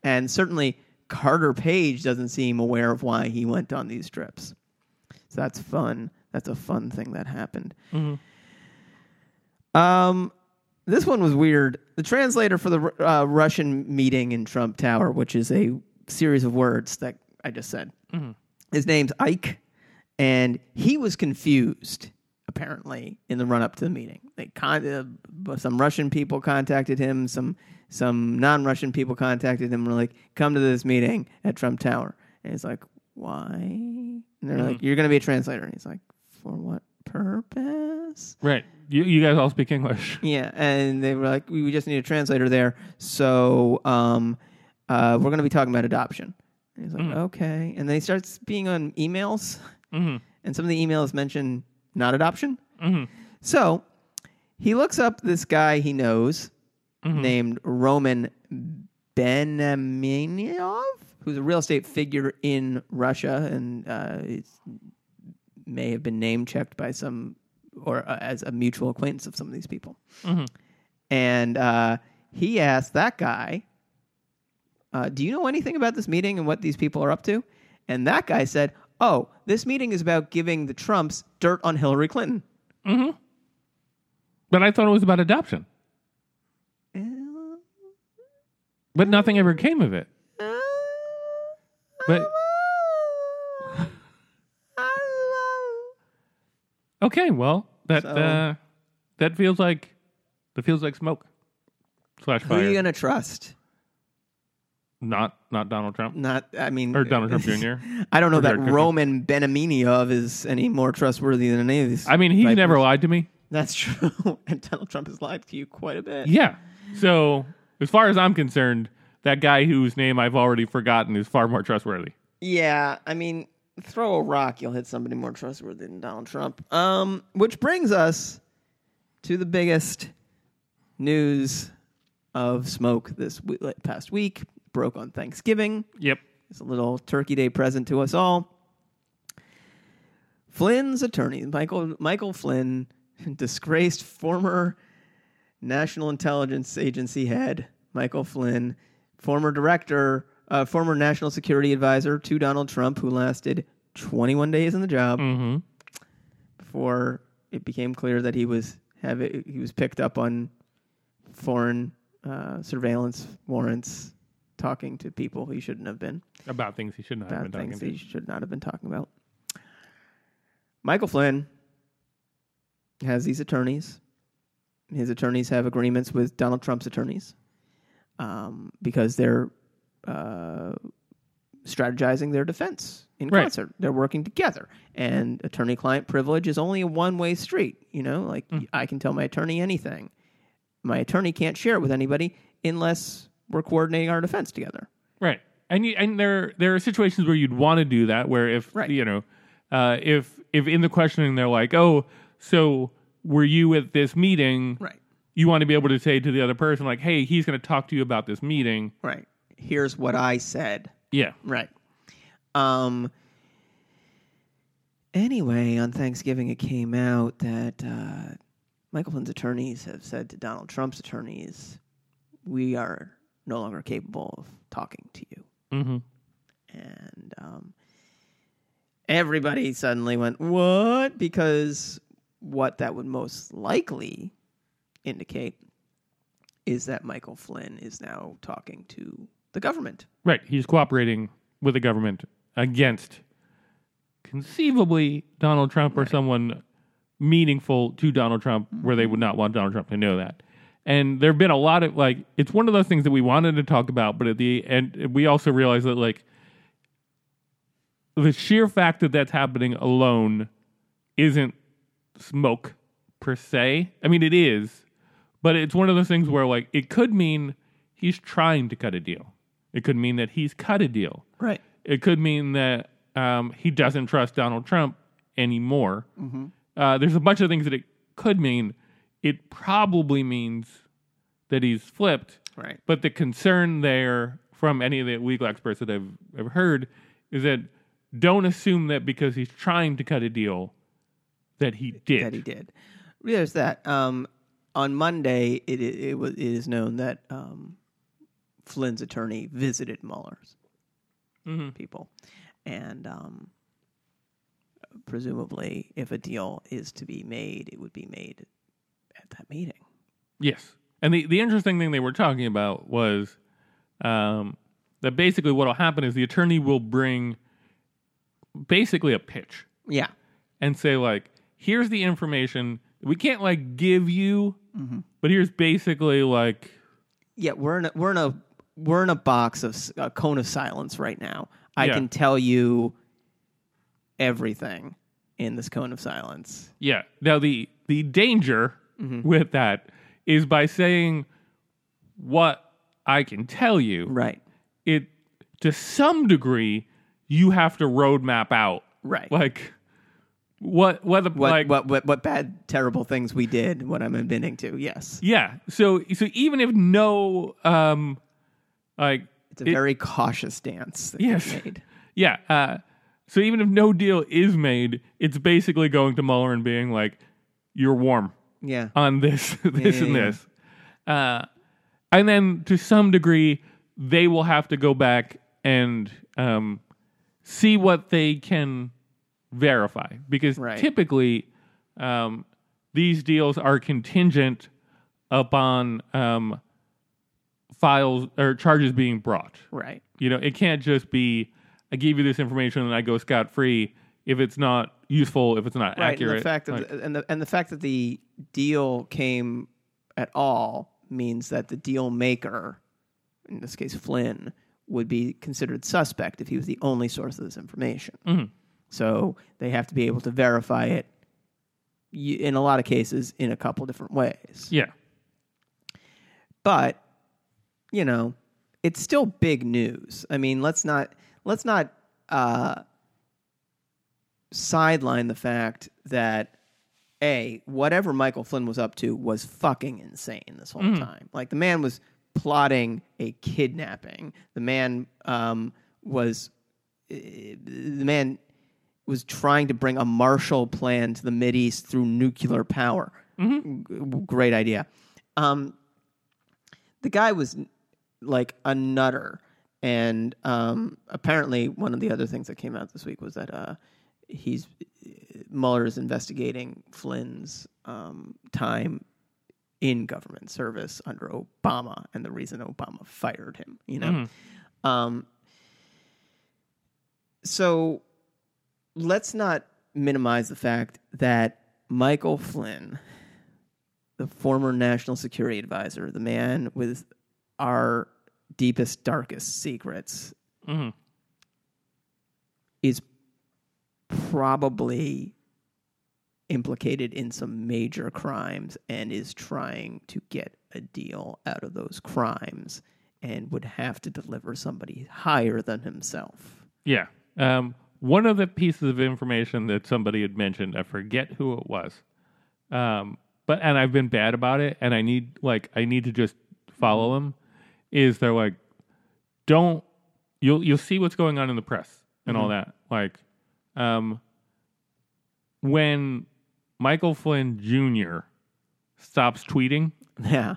[SPEAKER 2] And certainly Carter Page doesn't seem aware of why he went on these trips. So that's fun. That's a fun thing that happened. Um, this one was weird. The translator for the uh, Russian meeting in Trump Tower, which is a series of words that I just said, his name's Ike, and he was confused apparently in the run up to the meeting. They con- uh, some Russian people contacted him, some some non Russian people contacted him, and were like, "Come to this meeting at Trump Tower," and he's like, "Why?" And they're like, "You're going to be a translator," and he's like, "For what purpose?"
[SPEAKER 1] Right. You, you guys all speak English. (laughs)
[SPEAKER 2] (laughs) Yeah, and they were like, "We we just need a translator there, so um, uh, we're going to be talking about adoption." And he's like, "Okay," and then he starts being on emails, and some of the emails mention not adoption. So he looks up this guy he knows named Roman Benaminov, who's a real estate figure in Russia, and uh, it's may have been name checked by some or uh, as a mutual acquaintance of some of these people. And uh, he asked that guy, uh, Do you know anything about this meeting and what these people are up to? And that guy said, Oh, this meeting is about giving the Trumps dirt on Hillary Clinton.
[SPEAKER 1] But I thought it was about adoption.
[SPEAKER 2] Uh,
[SPEAKER 1] But nothing ever came of it.
[SPEAKER 2] uh,
[SPEAKER 1] But okay, well that
[SPEAKER 2] So-
[SPEAKER 1] uh, that feels like that feels like smoke slash
[SPEAKER 2] Who are
[SPEAKER 1] fire.
[SPEAKER 2] you going to trust?
[SPEAKER 1] not not Donald Trump
[SPEAKER 2] Not, I mean,
[SPEAKER 1] or Donald Trump Jr.
[SPEAKER 2] (laughs) I don't know that
[SPEAKER 1] Jared Kushner.
[SPEAKER 2] Roman Benaminiov is any more trustworthy than any of these.
[SPEAKER 1] I mean, he
[SPEAKER 2] Vipers.
[SPEAKER 1] never lied to me.
[SPEAKER 2] (laughs) That's true. (laughs) and Donald Trump has lied to you quite a bit.
[SPEAKER 1] Yeah. So as far as I'm concerned, that guy whose name I've already forgotten is far more trustworthy.
[SPEAKER 2] Yeah, I mean, throw a rock, you'll hit somebody more trustworthy than Donald Trump. Um, which brings us to the biggest news of smoke this w- like, past week. Broke on Thanksgiving.
[SPEAKER 1] Yep.
[SPEAKER 2] It's a little Turkey Day present to us all. Flynn's attorney, Michael Michael Flynn, (laughs) disgraced former National Intelligence Agency head Michael Flynn, former director, uh, former National Security Advisor to Donald Trump, who lasted 21 days in the job
[SPEAKER 1] Mm-hmm.
[SPEAKER 2] before it became clear that he was have he was picked up on foreign uh, surveillance warrants talking to people he shouldn't have been
[SPEAKER 1] about things he should not have
[SPEAKER 2] about
[SPEAKER 1] been talking
[SPEAKER 2] things
[SPEAKER 1] to.
[SPEAKER 2] he should not have been talking about. Michael Flynn has these attorneys. His attorneys have agreements with Donald Trump's attorneys um, because they're uh, strategizing their defense in
[SPEAKER 1] Right.
[SPEAKER 2] concert. They're working together, and attorney-client privilege is only a one-way street. You know, like
[SPEAKER 1] Hmm.
[SPEAKER 2] I can tell my attorney anything. My attorney can't share it with anybody unless we're coordinating our defense together.
[SPEAKER 1] Right. And you, and there there are situations where you'd want to do that where if
[SPEAKER 2] Right.
[SPEAKER 1] you know uh, if if in the questioning they're like, "Oh, so were you at this meeting?"
[SPEAKER 2] Right.
[SPEAKER 1] You want to be able to say to the other person like, "Hey, he's going to talk to you about this meeting."
[SPEAKER 2] Right. Here's what I said.
[SPEAKER 1] Yeah.
[SPEAKER 2] Right. Um. Anyway, on Thanksgiving, it came out that uh, Michael Flynn's attorneys have said to Donald Trump's attorneys, "We are no longer capable of talking to you."
[SPEAKER 1] Mhm.
[SPEAKER 2] And um, everybody suddenly went, "What?" Because what that would most likely indicate is that Michael Flynn is now talking to the government.
[SPEAKER 1] Right. He's cooperating with the government against conceivably Donald Trump or someone meaningful to Donald Trump where they would not want Donald Trump to know that. And there have been a lot of like, it's one of those things that we wanted to talk about, but at the end, we also realized that like the sheer fact that that's happening alone isn't smoke per se. I mean, it is, but it's one of those things where like it could mean he's trying to cut a deal. It could mean that he's cut a deal.
[SPEAKER 2] Right.
[SPEAKER 1] It could mean that um, he doesn't trust Donald Trump anymore. Uh, there's a bunch of things that it could mean. It probably means that he's flipped.
[SPEAKER 2] Right.
[SPEAKER 1] But the concern there from any of the legal experts that I've, I've heard is that don't assume that because he's trying to cut a deal that he did.
[SPEAKER 2] that he did. There's that. Um, on Monday, it, it, it was it is known that um, Flynn's attorney visited Mueller's people, and um, presumably, if a deal is to be made, it would be made at that meeting.
[SPEAKER 1] Yes. And the, the interesting thing they were talking about was um, that basically what will happen is the attorney will bring basically a pitch.
[SPEAKER 2] Yeah,
[SPEAKER 1] and say like here's the information we can't like give you but here's basically like
[SPEAKER 2] yeah. We're in a, we're in a we're in a box of s- a cone of silence right now. I
[SPEAKER 1] Yeah.
[SPEAKER 2] can tell you everything in this cone of silence.
[SPEAKER 1] yeah now the the danger
[SPEAKER 2] Mm-hmm.
[SPEAKER 1] with that is by saying what i can tell you
[SPEAKER 2] Right.
[SPEAKER 1] it to some degree you have to roadmap out
[SPEAKER 2] Right.
[SPEAKER 1] like what what, the,
[SPEAKER 2] what,
[SPEAKER 1] like
[SPEAKER 2] what what what bad terrible things we did what i'm admitting to yes
[SPEAKER 1] yeah so so even if no um like
[SPEAKER 2] it's a
[SPEAKER 1] it-
[SPEAKER 2] very cautious dance that
[SPEAKER 1] Yes.
[SPEAKER 2] you made
[SPEAKER 1] Yeah. Uh, so even if no deal is made, it's basically going to Mueller and being like, "You're warm
[SPEAKER 2] yeah
[SPEAKER 1] on this, (laughs) this,
[SPEAKER 2] yeah,
[SPEAKER 1] and
[SPEAKER 2] yeah.
[SPEAKER 1] this," uh, and then to some degree, they will have to go back and um, see what they can verify because
[SPEAKER 2] Right.
[SPEAKER 1] typically um, these deals are contingent upon um, files or charges being brought.
[SPEAKER 2] right
[SPEAKER 1] You know, it can't just be I give you this information and I go scot free if it's not useful, if it's not
[SPEAKER 2] right
[SPEAKER 1] accurate.
[SPEAKER 2] and the fact
[SPEAKER 1] Like,
[SPEAKER 2] that the, and the and the fact that the deal came at all means that the deal maker in this case flynn would be considered suspect if he was the only source of this information
[SPEAKER 1] Mm-hmm.
[SPEAKER 2] so they have to be able to verify it y- in a lot of cases in a couple different ways
[SPEAKER 1] yeah.
[SPEAKER 2] but you know it's still big news i mean let's not let's not uh sideline the fact that a whatever michael flynn was up to was fucking insane this whole time like the man was plotting a kidnapping the man um was eh, the man was trying to bring a marshall plan to the mideast through nuclear power G- great idea um the guy was like a nutter and um apparently one of the other things that came out this week was that uh he's Mueller is investigating Flynn's um time in government service under Obama and the reason Obama fired him, you know? Um, so let's not minimize the fact that Michael Flynn, the former national security advisor, the man with our deepest, darkest secrets,
[SPEAKER 1] Mhm.
[SPEAKER 2] is probably implicated in some major crimes and is trying to get a deal out of those crimes and would have to deliver somebody higher than himself. (laughs)
[SPEAKER 1] Yeah. Um, one of the pieces of information that somebody had mentioned, I forget who it was, um, but and I've been bad about it, and I need like I need to just follow them. Is they're like, don't you'll you'll see what's going on in the press and all that. Like, um, when Michael Flynn Jr. stops tweeting,
[SPEAKER 2] Yeah.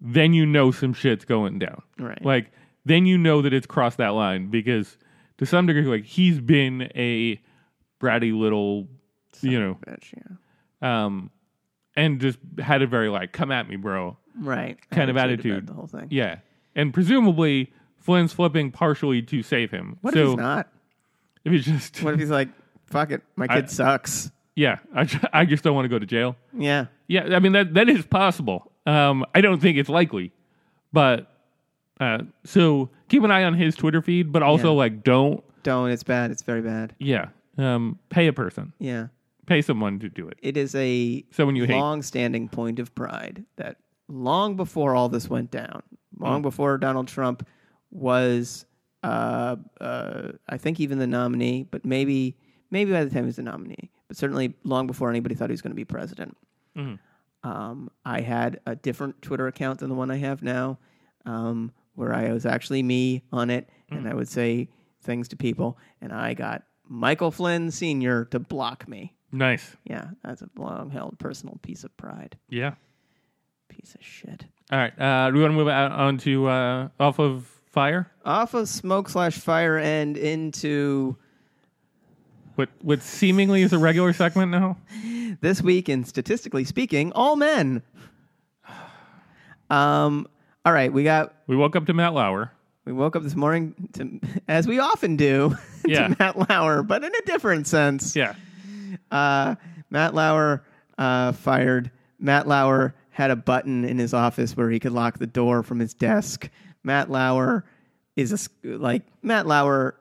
[SPEAKER 1] then you know some shit's going down.
[SPEAKER 2] Right.
[SPEAKER 1] Like then you know that it's crossed that line because to some degree, like he's been a bratty little, you know,
[SPEAKER 2] Bitch, yeah.
[SPEAKER 1] um, and just had a very like "come at me, bro"
[SPEAKER 2] Right.
[SPEAKER 1] Kind of
[SPEAKER 2] Attitude about
[SPEAKER 1] attitude.
[SPEAKER 2] The whole thing.
[SPEAKER 1] Yeah, and presumably Flynn's flipping partially to save him.
[SPEAKER 2] What
[SPEAKER 1] so
[SPEAKER 2] if he's not?
[SPEAKER 1] if he's just
[SPEAKER 2] What if he's like, fuck it, my kid
[SPEAKER 1] I-
[SPEAKER 2] sucks.
[SPEAKER 1] yeah, I ju- I just don't want to go to jail.
[SPEAKER 2] Yeah.
[SPEAKER 1] Yeah, I mean that that is possible. Um, I don't think it's likely, but uh, so keep an eye on his Twitter feed, but also
[SPEAKER 2] Yeah.
[SPEAKER 1] like don't
[SPEAKER 2] Don't. It's bad. It's very bad.
[SPEAKER 1] yeah um, pay a person,
[SPEAKER 2] Yeah.
[SPEAKER 1] pay someone to do it.
[SPEAKER 2] It is a
[SPEAKER 1] Someone you hate.
[SPEAKER 2] long-standing point of pride that long before all this went down,
[SPEAKER 1] Mm.
[SPEAKER 2] long before Donald Trump was, uh, uh, I think even the nominee, but maybe maybe by the time he was the nominee, but certainly long before anybody thought he was going to be president.
[SPEAKER 1] Mm-hmm.
[SPEAKER 2] Um, I had a different Twitter account than the one I have now, um, where I was actually me on it,
[SPEAKER 1] Mm.
[SPEAKER 2] and I would say things to people, and I got Michael Flynn Senior to block me.
[SPEAKER 1] Nice.
[SPEAKER 2] Yeah, that's a long held personal piece of pride.
[SPEAKER 1] Yeah.
[SPEAKER 2] Piece of shit.
[SPEAKER 1] All right. Uh, do we want to move out onto uh, off of fire?
[SPEAKER 2] Off of smoke slash fire and into
[SPEAKER 1] What what seemingly is a regular segment now?
[SPEAKER 2] this week in statistically speaking, all men. (sighs) Um. All right, we got.
[SPEAKER 1] We woke up to Matt Lauer.
[SPEAKER 2] We woke up this morning to, as we often do, (laughs)
[SPEAKER 1] Yeah.
[SPEAKER 2] to Matt Lauer, but in a different sense.
[SPEAKER 1] Yeah.
[SPEAKER 2] Uh, Matt Lauer uh, fired. Matt Lauer had a button in his office where he could lock the door from his desk. Matt Lauer is a sc- like Matt Lauer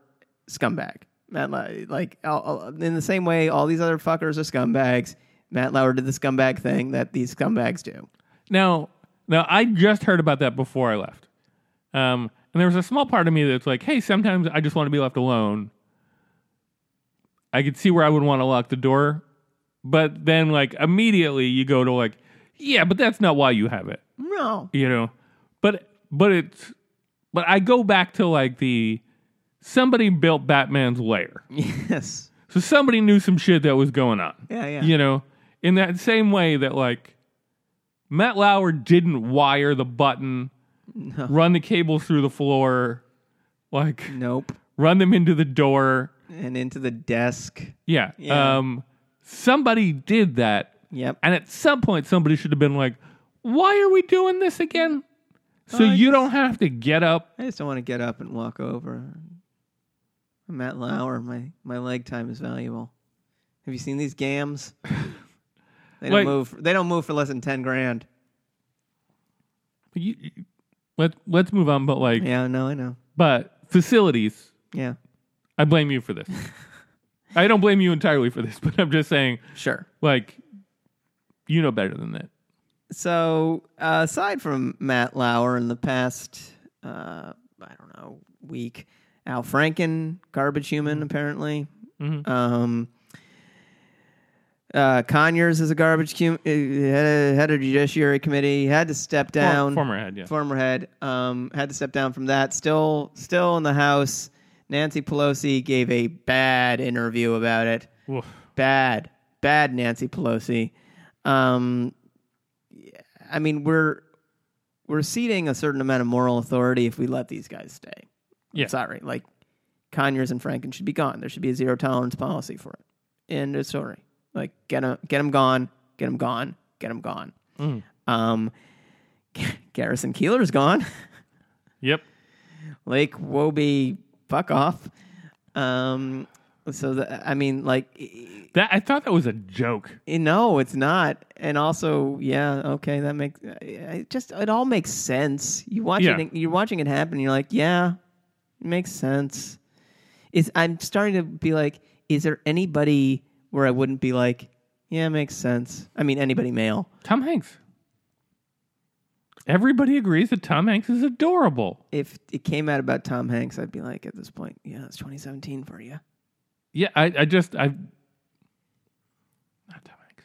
[SPEAKER 2] scumbag. Matt Lauer, like all- all- in the same way all these other fuckers are scumbags. Matt Lauer did the scumbag thing that these scumbags do.
[SPEAKER 1] Now now I just heard about that before I left. Um, and there was a small part of me that's like, hey, sometimes I just want to be left alone. I could see where I would want to lock the door, but then like immediately you go to like, yeah, but that's not why you have it.
[SPEAKER 2] No.
[SPEAKER 1] you know but but it's but i go back to like the somebody built batman's lair
[SPEAKER 2] (laughs) Yes.
[SPEAKER 1] so somebody knew some shit that was going on
[SPEAKER 2] Yeah. Yeah.
[SPEAKER 1] you know in that same way that like matt lauer didn't wire the button run the cables through the floor like
[SPEAKER 2] Nope.
[SPEAKER 1] run them into the door
[SPEAKER 2] And into the desk.
[SPEAKER 1] yeah,
[SPEAKER 2] Yeah.
[SPEAKER 1] um somebody did that
[SPEAKER 2] Yep.
[SPEAKER 1] and at some point somebody should have been like why are we doing this again so
[SPEAKER 2] Uh, I
[SPEAKER 1] you don't have to get up
[SPEAKER 2] I just don't want to get up and walk over. I'm Matt Lauer. My my leg time is valuable. Have you seen these gams? They don't
[SPEAKER 1] Like-
[SPEAKER 2] move. They don't move for less than ten grand.
[SPEAKER 1] you, you- let let's move on. But like,
[SPEAKER 2] Yeah, no, I know.
[SPEAKER 1] but facilities,
[SPEAKER 2] Yeah,
[SPEAKER 1] I blame you for this. I don't blame you entirely for this, (laughs) but I'm just saying,
[SPEAKER 2] sure.
[SPEAKER 1] like, you know better than that.
[SPEAKER 2] So uh, aside from Matt Lauer in the past, uh, I don't know week, Al Franken, garbage
[SPEAKER 1] Mm-hmm.
[SPEAKER 2] human apparently. Um, uh, Conyers is a garbage cum- uh, head, head of judiciary committee. Had to step
[SPEAKER 1] For-
[SPEAKER 2] down.
[SPEAKER 1] former head, yeah,
[SPEAKER 2] former head, um, had to step down from that. Still, still in the House. Nancy Pelosi gave a bad interview about it.
[SPEAKER 1] Oof.
[SPEAKER 2] Bad, bad Nancy Pelosi. Um, I mean, we're we're ceding a certain amount of moral authority if we let these guys stay. I'm
[SPEAKER 1] Yeah.
[SPEAKER 2] Sorry, like Conyers and Franken should be gone. There should be a zero tolerance policy for it. End of story. Like get them, get them gone, get them gone, get them gone. Um, (laughs) Garrison Keeler's gone. (laughs)
[SPEAKER 1] Yep.
[SPEAKER 2] Lake Wobe, fuck off. Um, so the, I mean, like, y-
[SPEAKER 1] That I thought that was a joke.
[SPEAKER 2] y- Eh, no, it's not. And also, yeah, okay, that makes it just it all makes sense. You watch
[SPEAKER 1] Yeah.
[SPEAKER 2] it, you're watching it happen. You're like, yeah, it makes sense. Is I'm starting to be like, is there anybody where I wouldn't be like, yeah, it makes sense? I mean, anybody male.
[SPEAKER 1] Tom Hanks. Everybody agrees that Tom Hanks is adorable.
[SPEAKER 2] If it came out about Tom Hanks, I'd be like, at this point, yeah, it's 2017 for you.
[SPEAKER 1] Yeah, I, I just I not Tom Hanks.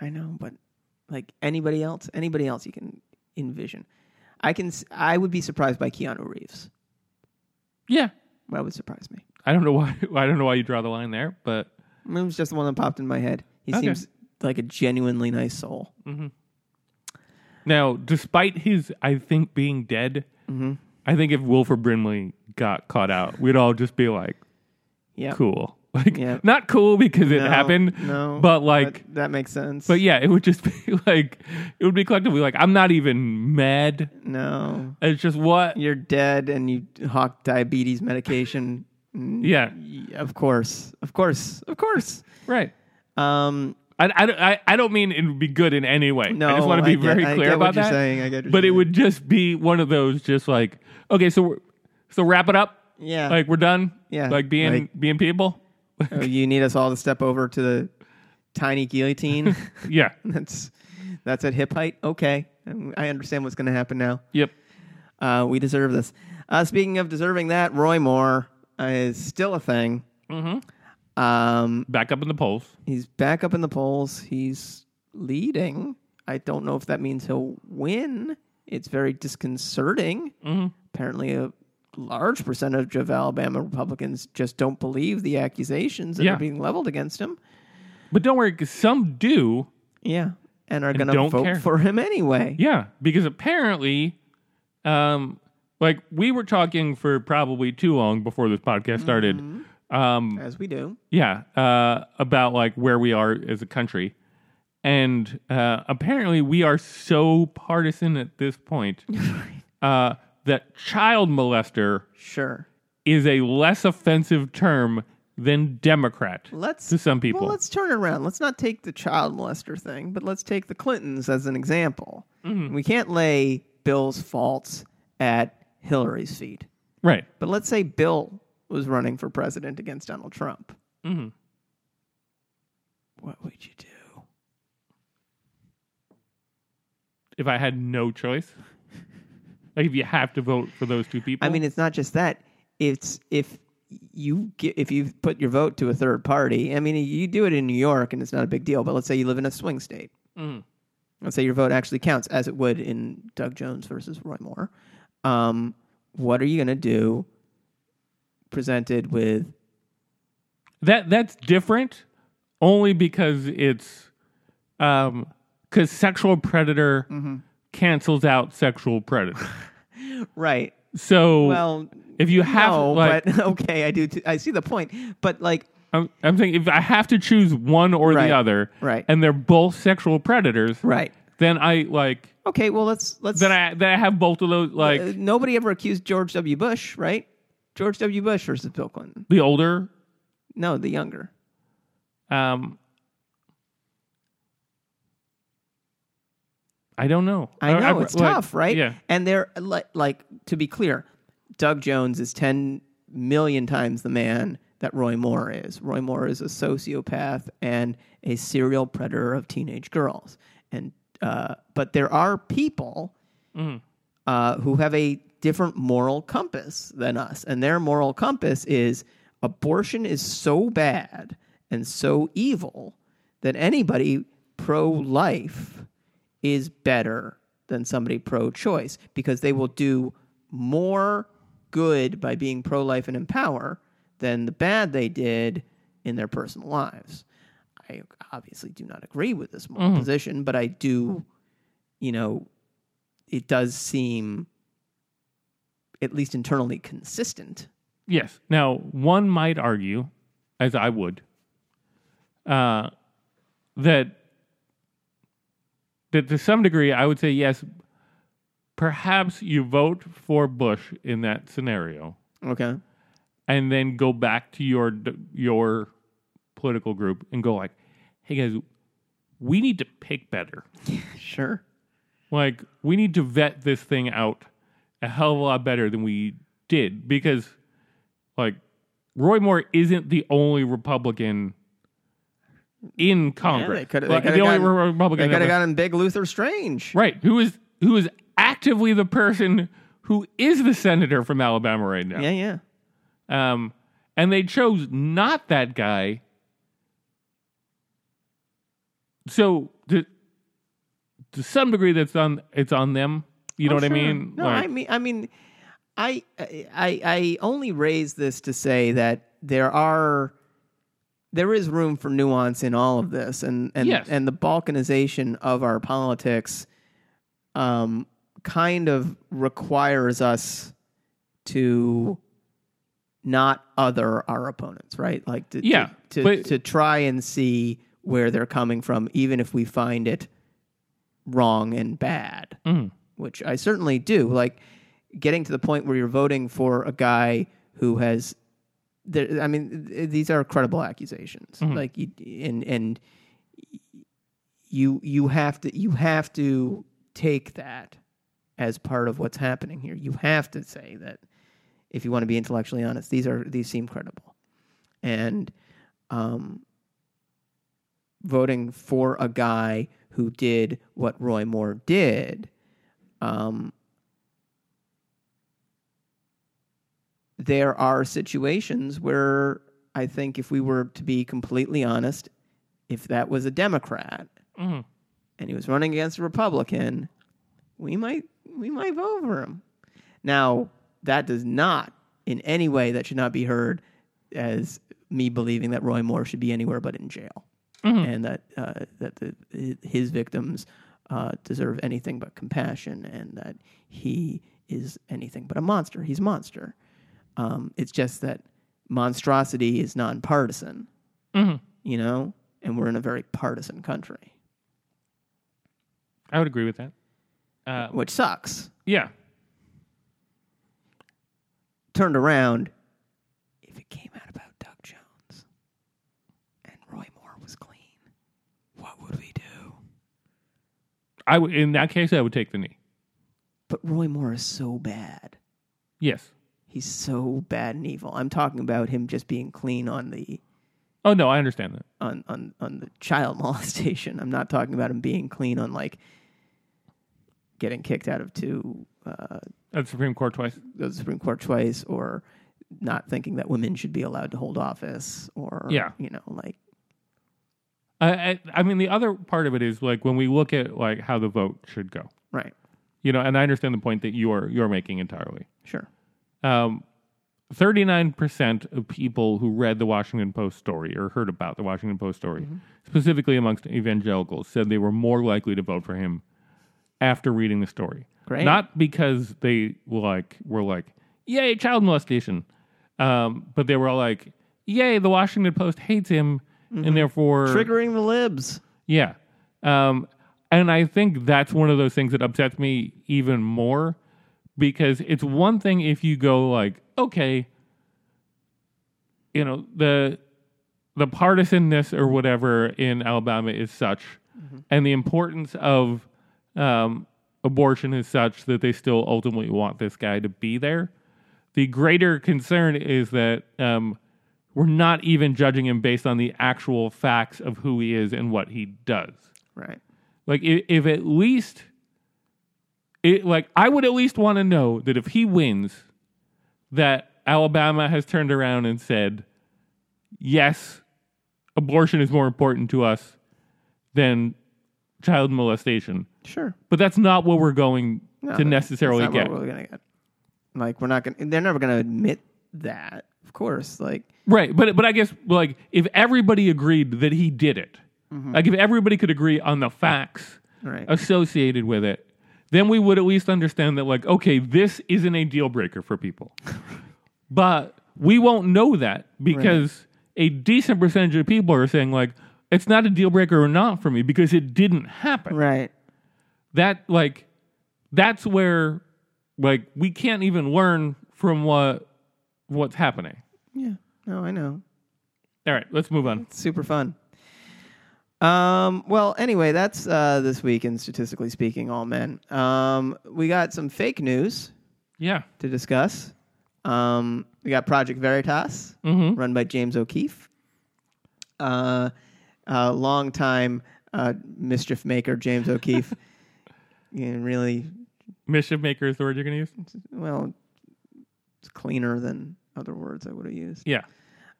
[SPEAKER 2] I know, but like anybody else, anybody else you can envision. I can. s- I would be surprised by Keanu Reeves.
[SPEAKER 1] Yeah.
[SPEAKER 2] That would surprise me.
[SPEAKER 1] I don't know why (laughs) I don't know why you draw the line there, but
[SPEAKER 2] I mean, It was just the one that popped in my head. He
[SPEAKER 1] Okay. Mm.
[SPEAKER 2] seems like a genuinely nice soul.
[SPEAKER 1] now despite his I think being dead,
[SPEAKER 2] Mm-hmm.
[SPEAKER 1] I think if Wilford Brimley got caught out, we'd all just be like,
[SPEAKER 2] Yeah,
[SPEAKER 1] cool. (laughs) Like
[SPEAKER 2] Yeah.
[SPEAKER 1] not cool because it
[SPEAKER 2] No,
[SPEAKER 1] happened.
[SPEAKER 2] No,
[SPEAKER 1] But like
[SPEAKER 2] that, that makes sense.
[SPEAKER 1] but yeah, it would just (laughs) be like it would be collectively like I'm not even mad.
[SPEAKER 2] no,
[SPEAKER 1] It's just what
[SPEAKER 2] you're dead, and you hawk diabetes
[SPEAKER 1] (laughs)
[SPEAKER 2] medication. Mm,
[SPEAKER 1] Yeah.
[SPEAKER 2] y- of course, of course, of course.
[SPEAKER 1] Right.
[SPEAKER 2] Um,
[SPEAKER 1] I, I, don't- I, I don't mean it would be good in any way.
[SPEAKER 2] no,
[SPEAKER 1] I just want to be
[SPEAKER 2] get-
[SPEAKER 1] very
[SPEAKER 2] I
[SPEAKER 1] clear
[SPEAKER 2] get
[SPEAKER 1] about
[SPEAKER 2] what you're
[SPEAKER 1] that.
[SPEAKER 2] saying. I get what
[SPEAKER 1] But it
[SPEAKER 2] you're
[SPEAKER 1] would just be one of those, just like okay, so we're, so wrap it up.
[SPEAKER 2] saying. yeah,
[SPEAKER 1] Like we're done.
[SPEAKER 2] Yeah.
[SPEAKER 1] Like being
[SPEAKER 2] Like-
[SPEAKER 1] being people.
[SPEAKER 2] Oh, you need us all to step over to the
[SPEAKER 1] (laughs)
[SPEAKER 2] tiny guillotine. (laughs)
[SPEAKER 1] Yeah.
[SPEAKER 2] that's that's at hip height. Okay, I understand what's going to happen now.
[SPEAKER 1] Yep.
[SPEAKER 2] Uh, we deserve this. Uh, speaking of deserving that, Roy Moore uh, is still a thing. Mm-hmm. Um,
[SPEAKER 1] Back up in the polls.
[SPEAKER 2] he's back up in the polls. He's leading. I don't know if that means he'll win. It's very disconcerting. Apparently, a large percentage of Alabama Republicans just don't believe the accusations that
[SPEAKER 1] Yeah.
[SPEAKER 2] are being leveled against him.
[SPEAKER 1] But don't worry, 'cause some do.
[SPEAKER 2] Yeah. And are going to
[SPEAKER 1] don't
[SPEAKER 2] vote
[SPEAKER 1] care.
[SPEAKER 2] for him anyway.
[SPEAKER 1] Yeah. Because apparently, um, like we were talking for probably too long before this podcast started.
[SPEAKER 2] Mm-hmm.
[SPEAKER 1] Um,
[SPEAKER 2] As we do.
[SPEAKER 1] Yeah, uh, about like where we are as a country, and uh, apparently we are so partisan at this
[SPEAKER 2] (laughs)
[SPEAKER 1] point uh, that child molester
[SPEAKER 2] Sure.
[SPEAKER 1] is a less offensive term than Democrat
[SPEAKER 2] Let's
[SPEAKER 1] to some people.
[SPEAKER 2] Well, let's turn it around. Let's not take the child molester thing, but let's take the Clintons as an example. We can't lay Bill's faults at Hillary's feet.
[SPEAKER 1] right?
[SPEAKER 2] But let's say Bill was running for president against Donald Trump.
[SPEAKER 1] Mhm.
[SPEAKER 2] What would you do?
[SPEAKER 1] If I had no choice, (laughs) like if you have to vote for those two people,
[SPEAKER 2] I mean, it's not just that. It's if you get, if you put your vote to a third party. I mean, you do it in New York, and it's not a big deal. But let's say you live in a swing state.
[SPEAKER 1] Mhm.
[SPEAKER 2] Let's say your vote actually counts, as it would in Doug Jones versus Roy Moore. Um, what are you going to do? Presented with
[SPEAKER 1] that that's different, only because it's um because sexual predator
[SPEAKER 2] Mm-hmm.
[SPEAKER 1] cancels out sexual predator.
[SPEAKER 2] right.
[SPEAKER 1] So
[SPEAKER 2] Well,
[SPEAKER 1] if you have
[SPEAKER 2] no,
[SPEAKER 1] like
[SPEAKER 2] but (laughs) okay, I do. T- I see the point, but like,
[SPEAKER 1] I'm, I'm saying if I have to choose one or
[SPEAKER 2] Right.
[SPEAKER 1] the other,
[SPEAKER 2] Right.
[SPEAKER 1] and they're both sexual predators,
[SPEAKER 2] right?
[SPEAKER 1] then I like
[SPEAKER 2] Okay, well, let's let's
[SPEAKER 1] then I then I have both of those like
[SPEAKER 2] Uh, nobody ever accused George W. Bush, right? George W. Bush versus Bill Clinton.
[SPEAKER 1] the older
[SPEAKER 2] No, the younger.
[SPEAKER 1] um I don't know. Uh,
[SPEAKER 2] I know it's
[SPEAKER 1] like,
[SPEAKER 2] tough, right?
[SPEAKER 1] Oh, Yeah.
[SPEAKER 2] And they're like, like to be clear, Doug Jones is ten million times the man that Roy Moore is. Roy Moore is a sociopath and a serial predator of teenage girls. And uh, but there are people uh, who have a different moral compass than us. And their moral compass is abortion is so bad and so evil that anybody pro life is better than somebody pro choice because they will do more good by being pro life and in power than the bad they did in their personal lives. I obviously do not agree with this moral position, but I do, you know, it does seem at least internally consistent.
[SPEAKER 1] Yes. Now, one might argue, as I would, uh, that that to some degree, I would say yes. Perhaps you vote for Bush in that scenario,
[SPEAKER 2] Okay.
[SPEAKER 1] and then go back to your your political group and go like, "Hey guys, we need to pick better.
[SPEAKER 2] Sure.
[SPEAKER 1] Like, we need to vet this thing out a hell of a lot better than we did because, like, Roy Moore isn't the only Republican." In Congress,
[SPEAKER 2] they coulda- they
[SPEAKER 1] Like,
[SPEAKER 2] coulda
[SPEAKER 1] the only
[SPEAKER 2] gotten-
[SPEAKER 1] Republican
[SPEAKER 2] They
[SPEAKER 1] that
[SPEAKER 2] could have
[SPEAKER 1] was-
[SPEAKER 2] gotten Big Luther Strange.
[SPEAKER 1] Right. Who is who is actively the person who is the senator from Alabama right now.
[SPEAKER 2] Yeah, yeah.
[SPEAKER 1] Um and they chose not that guy. So to, to some degree that's on it's on them. You know
[SPEAKER 2] Oh,
[SPEAKER 1] what
[SPEAKER 2] sure.
[SPEAKER 1] I mean?
[SPEAKER 2] No,
[SPEAKER 1] Like,
[SPEAKER 2] I mean, I mean, I, I, I only raise this to say that there are, there is room for nuance in all of this, and and
[SPEAKER 1] Yes.
[SPEAKER 2] and the balkanization of our politics, um, kind of requires us to not other our opponents, right? Like to
[SPEAKER 1] Yeah,
[SPEAKER 2] to, to,
[SPEAKER 1] but-
[SPEAKER 2] to try and see where they're coming from, even if we find it wrong and bad,
[SPEAKER 1] Mm-hmm.
[SPEAKER 2] which I certainly do. Like getting to the point where you're voting for a guy who has, there, I mean, th- these are credible accusations.
[SPEAKER 1] Mm-hmm.
[SPEAKER 2] Like you, and and you you have to you have to take that as part of what's happening here. You have to say that if you want to be intellectually honest, these are these seem credible, and um, voting for a guy who did what Roy Moore did, um, there are situations where I think if we were to be completely honest, if that was a Democrat
[SPEAKER 1] mhm.
[SPEAKER 2] and he was running against a Republican, we might we might vote for him. Now that does not in any way that should not be heard as me believing that Roy Moore should be anywhere but in jail, and that uh, that the, his victims uh, deserve anything but compassion, and that he is anything but a monster. He's a monster. Um, it's just that monstrosity is nonpartisan, you know, and we're in a very partisan country.
[SPEAKER 1] I would agree with that. Uh,
[SPEAKER 2] which sucks.
[SPEAKER 1] yeah.
[SPEAKER 2] Turned around, if it came out about Doug Jones and Roy Moore was clean, what would we do?
[SPEAKER 1] I would in that case I would take the knee.
[SPEAKER 2] But Roy Moore is so bad.
[SPEAKER 1] Yes.
[SPEAKER 2] He's so bad and evil. I'm talking about him just being clean on the
[SPEAKER 1] Oh no, I understand that.
[SPEAKER 2] on on on the child (laughs) molestation. I'm not talking about him being clean on like getting kicked out of two uh,
[SPEAKER 1] At the Supreme Court twice.
[SPEAKER 2] go to the Supreme Court twice, or not thinking that women should be allowed to hold office, or
[SPEAKER 1] Yeah.
[SPEAKER 2] you know, like
[SPEAKER 1] I, I I mean the other part of it is like when we look at like how the vote should go.
[SPEAKER 2] right,
[SPEAKER 1] you know, and I understand the point that you're you're making entirely.
[SPEAKER 2] sure.
[SPEAKER 1] Um, 39% of people who read the Washington Post story or heard about the Washington Post story, specifically amongst evangelicals, said they were more likely to vote for him after reading the story.
[SPEAKER 2] Great.
[SPEAKER 1] Not because they like were like, "Yay, child molestation," um, but they were like, "Yay, the Washington Post hates him," and therefore
[SPEAKER 2] triggering the libs.
[SPEAKER 1] Yeah. Um, and I think that's one of those things that upsets me even more because it's one thing if you go like, okay, you know, the the partisanness or whatever in Alabama is such and the importance of um, abortion is such that they still ultimately want this guy to be there. The greater concern is that um, we're not even judging him based on the actual facts of who he is and what he does.
[SPEAKER 2] Right.
[SPEAKER 1] Like, if, if at least, it, like, I would at least want to know that if he wins, that Alabama has turned around and said, yes, abortion is more important to us than child molestation.
[SPEAKER 2] Sure.
[SPEAKER 1] But that's not what we're going
[SPEAKER 2] No,
[SPEAKER 1] to
[SPEAKER 2] that-
[SPEAKER 1] necessarily
[SPEAKER 2] that's not
[SPEAKER 1] get.
[SPEAKER 2] what we're gonna get. Like we're not gonna. They're never gonna admit that. Of course. Like
[SPEAKER 1] Right, but but I guess like if everybody agreed that he did it, like if everybody could agree on the facts
[SPEAKER 2] Mm-hmm. right.
[SPEAKER 1] Oh. associated with it, then we would at least understand that like okay, this isn't a deal breaker for
[SPEAKER 2] (laughs)
[SPEAKER 1] people. but we won't know that because a decent percentage of people are saying like it's not a deal breaker or not for me because it didn't happen.
[SPEAKER 2] Right.
[SPEAKER 1] that like that's where like we can't even learn from what what's happening.
[SPEAKER 2] Yeah. No, I know.
[SPEAKER 1] All right, let's move on.
[SPEAKER 2] Super fun. Um, well, anyway, that's uh, this week in Statistically Speaking, All Men. Um, we got some fake news
[SPEAKER 1] Yeah.
[SPEAKER 2] to discuss. Um, we got Project Veritas, run by James O'Keefe, uh, uh, longtime uh, mischief maker James O'Keefe. (laughs) you know, really,
[SPEAKER 1] Mischief maker is the word you're going to use?
[SPEAKER 2] well, it's cleaner than other words I would have used.
[SPEAKER 1] Yeah.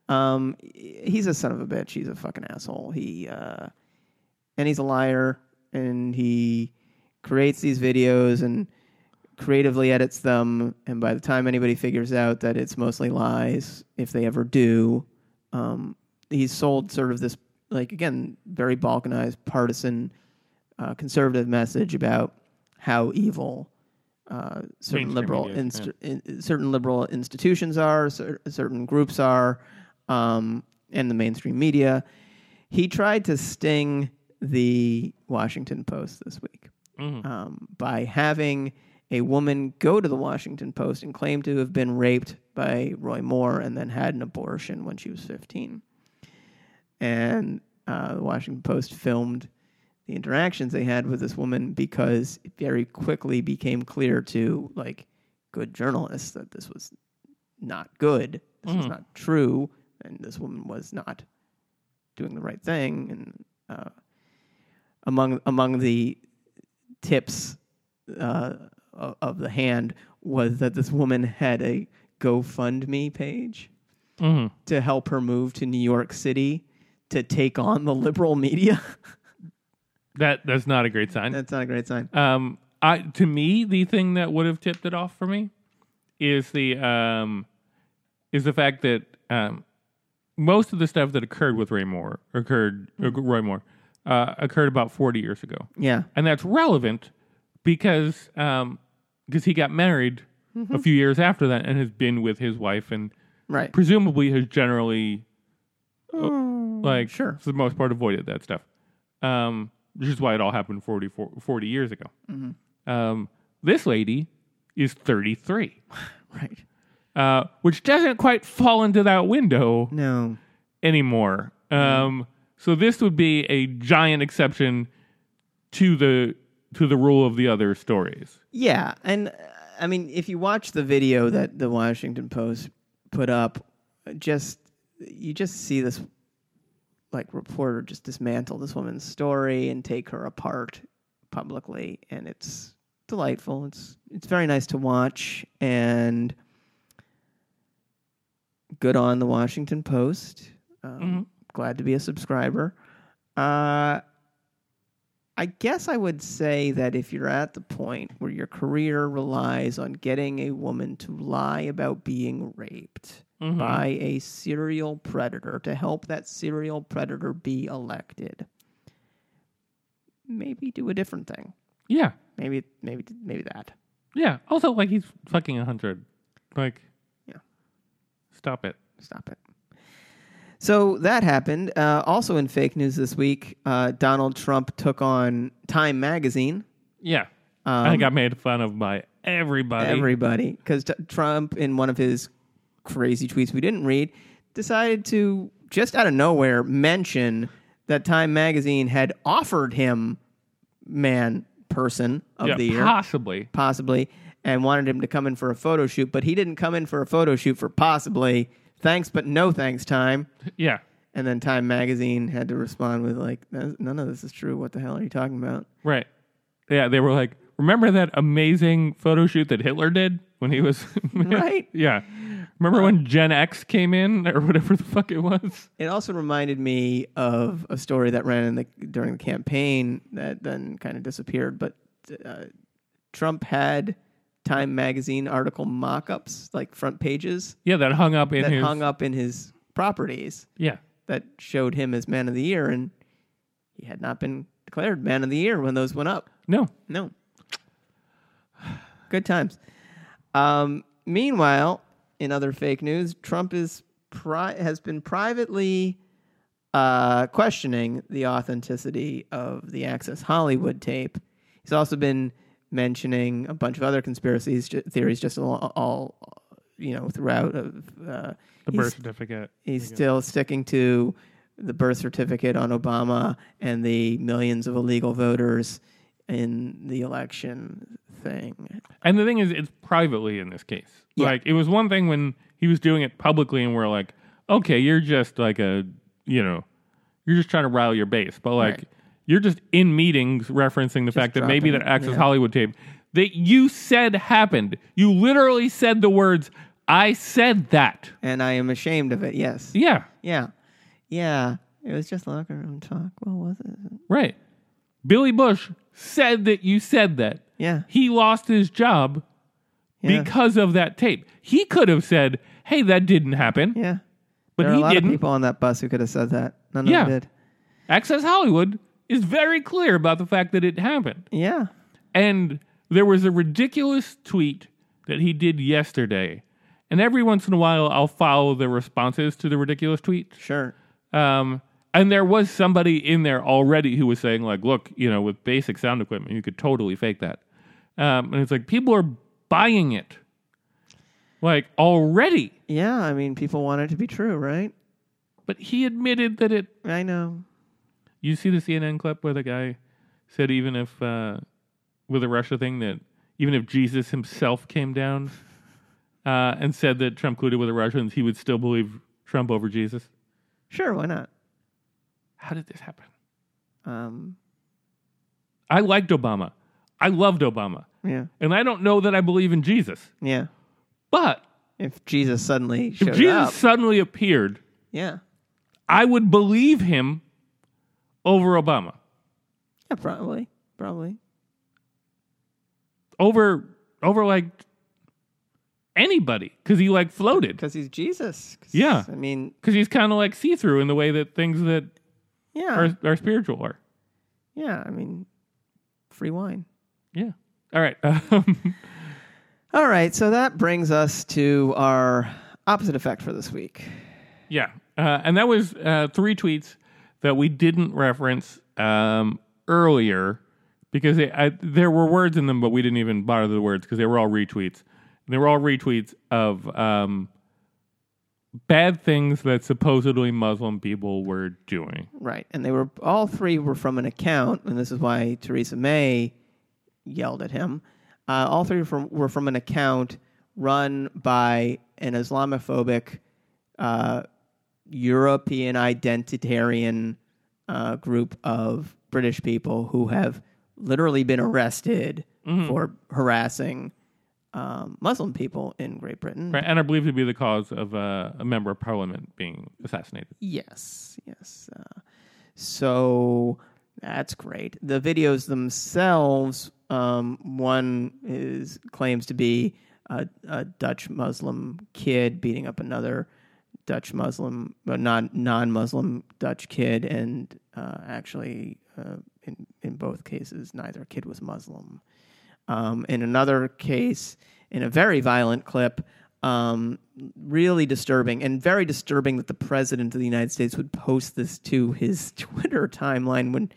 [SPEAKER 2] Um, he's a son of a bitch. He's a fucking asshole. He uh, and he's a liar, and he creates these videos and creatively edits them. And by the time anybody figures out that it's mostly lies, if they ever do, um, he's sold sort of this like again very balkanized partisan uh, conservative message about how evil uh, certain
[SPEAKER 1] Mainstream
[SPEAKER 2] liberal
[SPEAKER 1] media,
[SPEAKER 2] inst- in, certain liberal institutions are, cer- certain groups are, um, and the mainstream media. He tried to sting the Washington Post this week
[SPEAKER 1] Mm-hmm.
[SPEAKER 2] um, by having a woman go to the Washington Post and claim to have been raped by Roy Moore and then had an abortion when she was 15. And uh, the Washington Post filmed the interactions they had with this woman because it very quickly became clear to like good journalists that this was not good. This was not true, and this woman was not doing the right thing. And uh, among among the tips uh, o- of the hand was that this woman had a GoFundMe page
[SPEAKER 1] Mhm.
[SPEAKER 2] to help her move to New York City to take on the liberal media. (laughs)
[SPEAKER 1] That that's not a great sign.
[SPEAKER 2] That's not a great sign.
[SPEAKER 1] Um, I to me the thing that would have tipped it off for me is the um, is the fact that um, most of the stuff that occurred with Ray Moore occurred Roy Moore uh, occurred about forty years ago,
[SPEAKER 2] Yeah.
[SPEAKER 1] and that's relevant because um, because he got married a few years after that and has been with his wife and
[SPEAKER 2] Right.
[SPEAKER 1] presumably has generally uh, like
[SPEAKER 2] sure.
[SPEAKER 1] for the most part avoided that stuff um which is why it all happened 40, 40 years ago
[SPEAKER 2] Mm-hmm.
[SPEAKER 1] um this lady is 33
[SPEAKER 2] Right.
[SPEAKER 1] uh which doesn't quite fall into that window
[SPEAKER 2] No.
[SPEAKER 1] anymore um so this would be a giant exception to the to the rule of the other stories
[SPEAKER 2] Yeah, and uh, I mean, if you watch the video that the Washington Post put up, uh, just you just see this like reporter just dismantle this woman's story and take her apart publicly, and it's delightful. It's it's very nice to watch, and good on the Washington Post. Um, Glad to be a subscriber. Uh, I guess I would say that if you're at the point where your career relies on getting a woman to lie about being raped by a serial predator to help that serial predator be elected, maybe do a different thing.
[SPEAKER 1] yeah
[SPEAKER 2] Maybe, maybe, maybe that.
[SPEAKER 1] yeah also like he's fucking 100 like
[SPEAKER 2] Yeah.
[SPEAKER 1] stop it
[SPEAKER 2] Stop it. So that happened. Uh, also in fake news this week, uh, Donald Trump took on Time Magazine.
[SPEAKER 1] Yeah.
[SPEAKER 2] Um,
[SPEAKER 1] I got made fun of by everybody.
[SPEAKER 2] everybody because t- Trump, in one of his crazy tweets we didn't read, decided to just out of nowhere mention that Time Magazine had offered him man person of
[SPEAKER 1] Yeah,
[SPEAKER 2] the year
[SPEAKER 1] Possibly.
[SPEAKER 2] possibly and wanted him to come in for a photo shoot, but he didn't come in for a photo shoot for possibly thanks but no thanks time.
[SPEAKER 1] Yeah.
[SPEAKER 2] And then Time Magazine had to respond with like, "None none of this is true. What the hell are you talking about?"
[SPEAKER 1] Right. Yeah. They were like, remember that amazing photo shoot that Hitler did when he was. (laughs)
[SPEAKER 2] Right.
[SPEAKER 1] Yeah. Remember when Gen X came in or whatever the fuck it was?
[SPEAKER 2] It also reminded me of a story that ran in the during the campaign that then kind of disappeared. But uh, Trump had Time magazine article mock-ups, like front pages,
[SPEAKER 1] Yeah. That hung up in
[SPEAKER 2] that
[SPEAKER 1] his.
[SPEAKER 2] hung up in his properties
[SPEAKER 1] Yeah.
[SPEAKER 2] that showed him as Man of the Year, and he had not been declared Man of the Year when those went up.
[SPEAKER 1] No.
[SPEAKER 2] No. Good times. Um, meanwhile, in other fake news, Trump is pri- has been privately uh, questioning the authenticity of the Access Hollywood tape. He He's also been mentioning a bunch of other conspiracies ju- theories, just all, all you know, throughout. Of, uh,
[SPEAKER 1] The
[SPEAKER 2] he's-
[SPEAKER 1] birth certificate.
[SPEAKER 2] He's still sticking to the birth certificate on Obama and the millions of illegal voters in the election thing.
[SPEAKER 1] And the thing is, it's privately in this case.
[SPEAKER 2] Yeah.
[SPEAKER 1] Like it was one thing when he was doing it publicly, and we're like, okay, you're just like a, you know, you're just trying to rile your base. But like,
[SPEAKER 2] Right.
[SPEAKER 1] you're just in meetings referencing the fact that maybe
[SPEAKER 2] dropping
[SPEAKER 1] that
[SPEAKER 2] it,
[SPEAKER 1] Access
[SPEAKER 2] yeah.
[SPEAKER 1] Hollywood tape that you said happened. You literally said the words, "I said that."
[SPEAKER 2] And I am ashamed of it, yes.
[SPEAKER 1] Yeah,
[SPEAKER 2] Yeah. Yeah. It was just locker room talk. What was it?
[SPEAKER 1] right. Billy Bush said that you said that.
[SPEAKER 2] Yeah.
[SPEAKER 1] He lost his job
[SPEAKER 2] Yeah.
[SPEAKER 1] because of that tape. He could have said, "Hey, that didn't happen."
[SPEAKER 2] yeah.
[SPEAKER 1] But
[SPEAKER 2] there are a
[SPEAKER 1] he
[SPEAKER 2] lot
[SPEAKER 1] didn't.
[SPEAKER 2] of people on that bus who could have said that. None
[SPEAKER 1] Yeah.
[SPEAKER 2] of them did.
[SPEAKER 1] Access Hollywood is very clear about the fact that it happened.
[SPEAKER 2] Yeah.
[SPEAKER 1] And there was a ridiculous tweet that he did yesterday. And every once in a while, I'll follow the responses to the ridiculous tweets.
[SPEAKER 2] Sure.
[SPEAKER 1] Um, and there was somebody in there already who was saying, like, look, you know, with basic sound equipment, you could totally fake that. Um, and it's like, people are buying it. Like, already.
[SPEAKER 2] Yeah. I mean, people want it to be true, right?
[SPEAKER 1] But he admitted that it
[SPEAKER 2] I know.
[SPEAKER 1] You see the CNN clip where the guy said even if uh, with the Russia thing that even if Jesus himself came down uh, and said that Trump colluded with the Russians, he would still believe Trump over Jesus.
[SPEAKER 2] Sure. Why not?
[SPEAKER 1] How did this happen?
[SPEAKER 2] Um,
[SPEAKER 1] I liked Obama. I loved Obama,
[SPEAKER 2] yeah.
[SPEAKER 1] and I don't know that I believe in Jesus,
[SPEAKER 2] Yeah.
[SPEAKER 1] but
[SPEAKER 2] If Jesus suddenly showed
[SPEAKER 1] if Jesus
[SPEAKER 2] up.
[SPEAKER 1] suddenly appeared,
[SPEAKER 2] Yeah.
[SPEAKER 1] I would believe him over Obama,
[SPEAKER 2] Yeah, probably. Probably.
[SPEAKER 1] over over like anybody, because he like floated.
[SPEAKER 2] Because he's Jesus. 'Cause,
[SPEAKER 1] Yeah.
[SPEAKER 2] I mean,
[SPEAKER 1] because he's kind of like see through in the way that things that
[SPEAKER 2] yeah.
[SPEAKER 1] are, are spiritual are.
[SPEAKER 2] yeah. I mean, free wine.
[SPEAKER 1] Yeah. All right. (laughs) Um,
[SPEAKER 2] All right. So that brings us to our opposite effect for this week.
[SPEAKER 1] yeah. Uh, and that was uh, three tweets that we didn't reference um, earlier because they, I, there were words in them, but we didn't even bother the words because they were all retweets. They were all retweets of um, bad things that supposedly Muslim people were doing.
[SPEAKER 2] Right. And they were all three were from an account, and this is why Theresa May yelled at him. Uh, all three were from, were from an account run by an Islamophobic, uh, European identitarian uh, group of British people who have literally been arrested for harassing um, Muslim people in Great Britain.
[SPEAKER 1] Right? And are believed to be the cause of uh, a member of parliament being assassinated.
[SPEAKER 2] Yes, yes. Uh, so that's great. The videos themselves, um, one is claims to be a, a Dutch Muslim kid beating up another Dutch Muslim, but non non-Muslim Dutch kid, and uh, actually, uh, in in both cases, neither kid was Muslim. Um, in another case, in a very violent clip, um, really disturbing and very disturbing that the president of the United States would post this to his (laughs) Twitter timeline when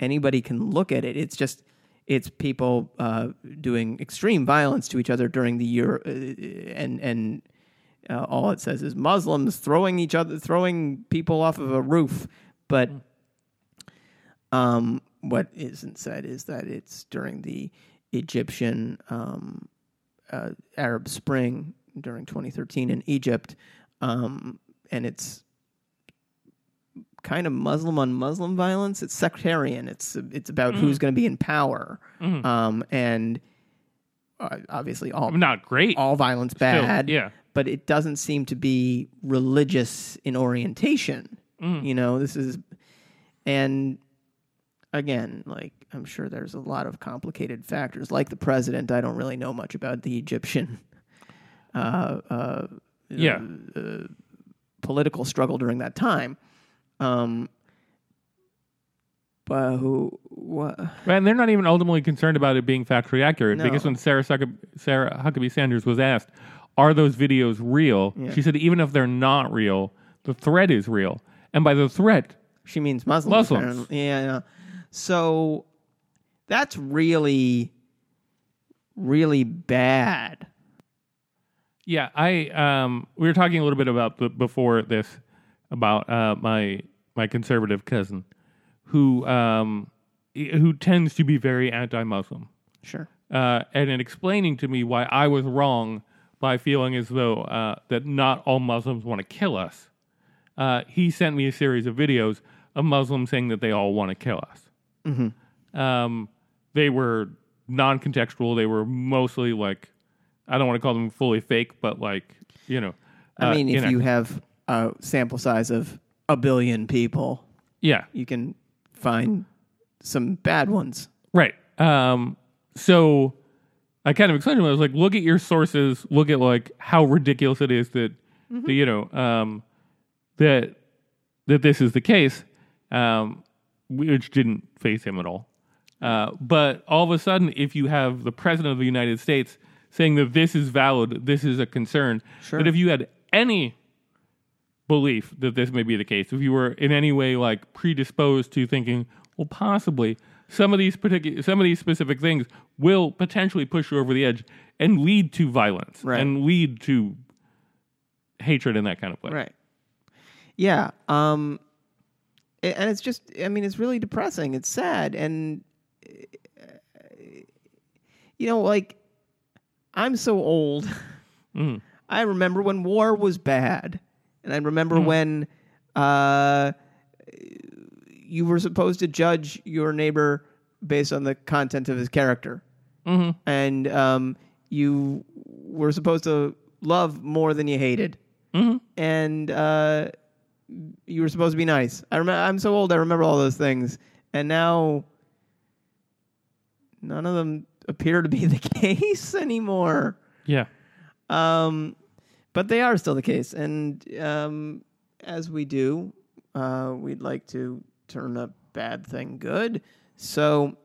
[SPEAKER 2] anybody can look at it. It's just it's people uh, doing extreme violence to each other during the year, uh, and and uh, all it says is Muslims throwing each other, throwing people off of a roof, but. Um, what isn't said is that it's during the Egyptian um, uh, Arab Spring during 2013 in Egypt, um, and it's kind of Muslim on Muslim violence. It's sectarian. It's it's about who's going to be in power, um, and uh, obviously all
[SPEAKER 1] Not great.
[SPEAKER 2] all violence
[SPEAKER 1] Still,
[SPEAKER 2] bad.
[SPEAKER 1] yeah.
[SPEAKER 2] But it doesn't seem to be religious in orientation. You know, this is, and again, like I'm sure there's a lot of complicated factors. Like the president, I don't really know much about the Egyptian (laughs)
[SPEAKER 1] Yeah.
[SPEAKER 2] political struggle during that time. Um, but who, what?
[SPEAKER 1] And they're not even ultimately concerned about it being factually accurate
[SPEAKER 2] No.
[SPEAKER 1] because when Sarah, Sucka- Sarah Huckabee Sanders was asked, "Are those videos real?" she said, "Even if they're not real, the threat is real." And by the threat,
[SPEAKER 2] She means Muslims.
[SPEAKER 1] Muslims.
[SPEAKER 2] apparently. Yeah, yeah. So That's really, really bad.
[SPEAKER 1] Yeah, I um, we were talking a little bit about the, before this about uh, my my conservative cousin, who um, i- who tends to be very anti-Muslim,
[SPEAKER 2] Sure.
[SPEAKER 1] uh, and in explaining to me why I was wrong by feeling as though uh, that not all Muslims want to kill us, uh, he sent me a series of videos of Muslims saying that they all want to kill us.
[SPEAKER 2] Mm-hmm.
[SPEAKER 1] Um, they were non-contextual. They were mostly like, I don't want to call them fully fake, but like you know,
[SPEAKER 2] I
[SPEAKER 1] uh,
[SPEAKER 2] mean, if
[SPEAKER 1] know,
[SPEAKER 2] you have a sample size of a billion people,
[SPEAKER 1] yeah,
[SPEAKER 2] you can find some bad ones.
[SPEAKER 1] Right. Um, so I kind of explained to him, I was like, look at your sources, look at like how ridiculous it is that,
[SPEAKER 2] Mm-hmm.
[SPEAKER 1] that, you know, um, that, that this is the case, um, which didn't face him at all. Uh, but all of a sudden, if you have the president of the United States saying that this is valid, this is a concern,
[SPEAKER 2] Sure.
[SPEAKER 1] that if you had any belief that this may be the case, if you were in any way like predisposed to thinking, well, possibly some of these particular, some of these specific things will potentially push you over the edge and lead to violence
[SPEAKER 2] Right.
[SPEAKER 1] and lead to hatred in that kind of way.
[SPEAKER 2] Right. Yeah. Um, a- and it's just, I mean, it's really depressing. It's sad. And, uh, you know, like, I'm so old. (laughs) I remember when war was bad. And I remember when uh, you were supposed to judge your neighbor based on the content of his character and um, you were supposed to love more than you hated, and uh, you were supposed to be nice. I remember. I'm so old. I remember all those things, and now none of them appear to be the (laughs) case anymore.
[SPEAKER 1] Yeah.
[SPEAKER 2] Um, but they are still the case, and um, as we do, uh, we'd like to turn a bad thing good. So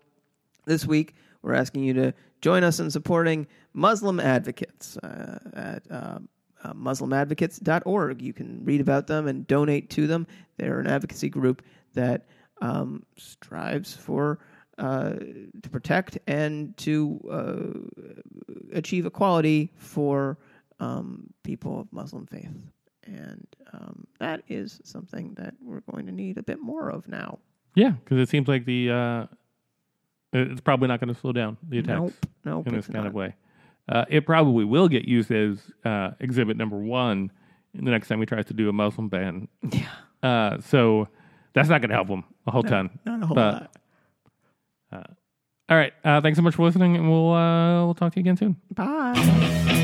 [SPEAKER 2] this week, we're asking you to join us in supporting Muslim advocates uh, at uh, uh, MuslimAdvocates.org. You can read about them and donate to them. They're an advocacy group that um, strives for uh, to protect and to uh, achieve equality for um, people of Muslim faith. And um, that is something that we're going to need a bit more of now.
[SPEAKER 1] Yeah. Because it seems like the, uh, it- it's probably not going to slow down the attacks
[SPEAKER 2] Nope, nope.
[SPEAKER 1] in this
[SPEAKER 2] it's
[SPEAKER 1] kind
[SPEAKER 2] not.
[SPEAKER 1] of way. Uh, it probably will get used as uh, exhibit number one the next time he tries to do a Muslim ban.
[SPEAKER 2] Yeah,
[SPEAKER 1] Uh, so that's not going to help him a whole ton.
[SPEAKER 2] not a whole
[SPEAKER 1] But-
[SPEAKER 2] lot.
[SPEAKER 1] All right. Uh, thanks so much for listening, and we'll uh, we'll talk to you again soon.
[SPEAKER 2] Bye.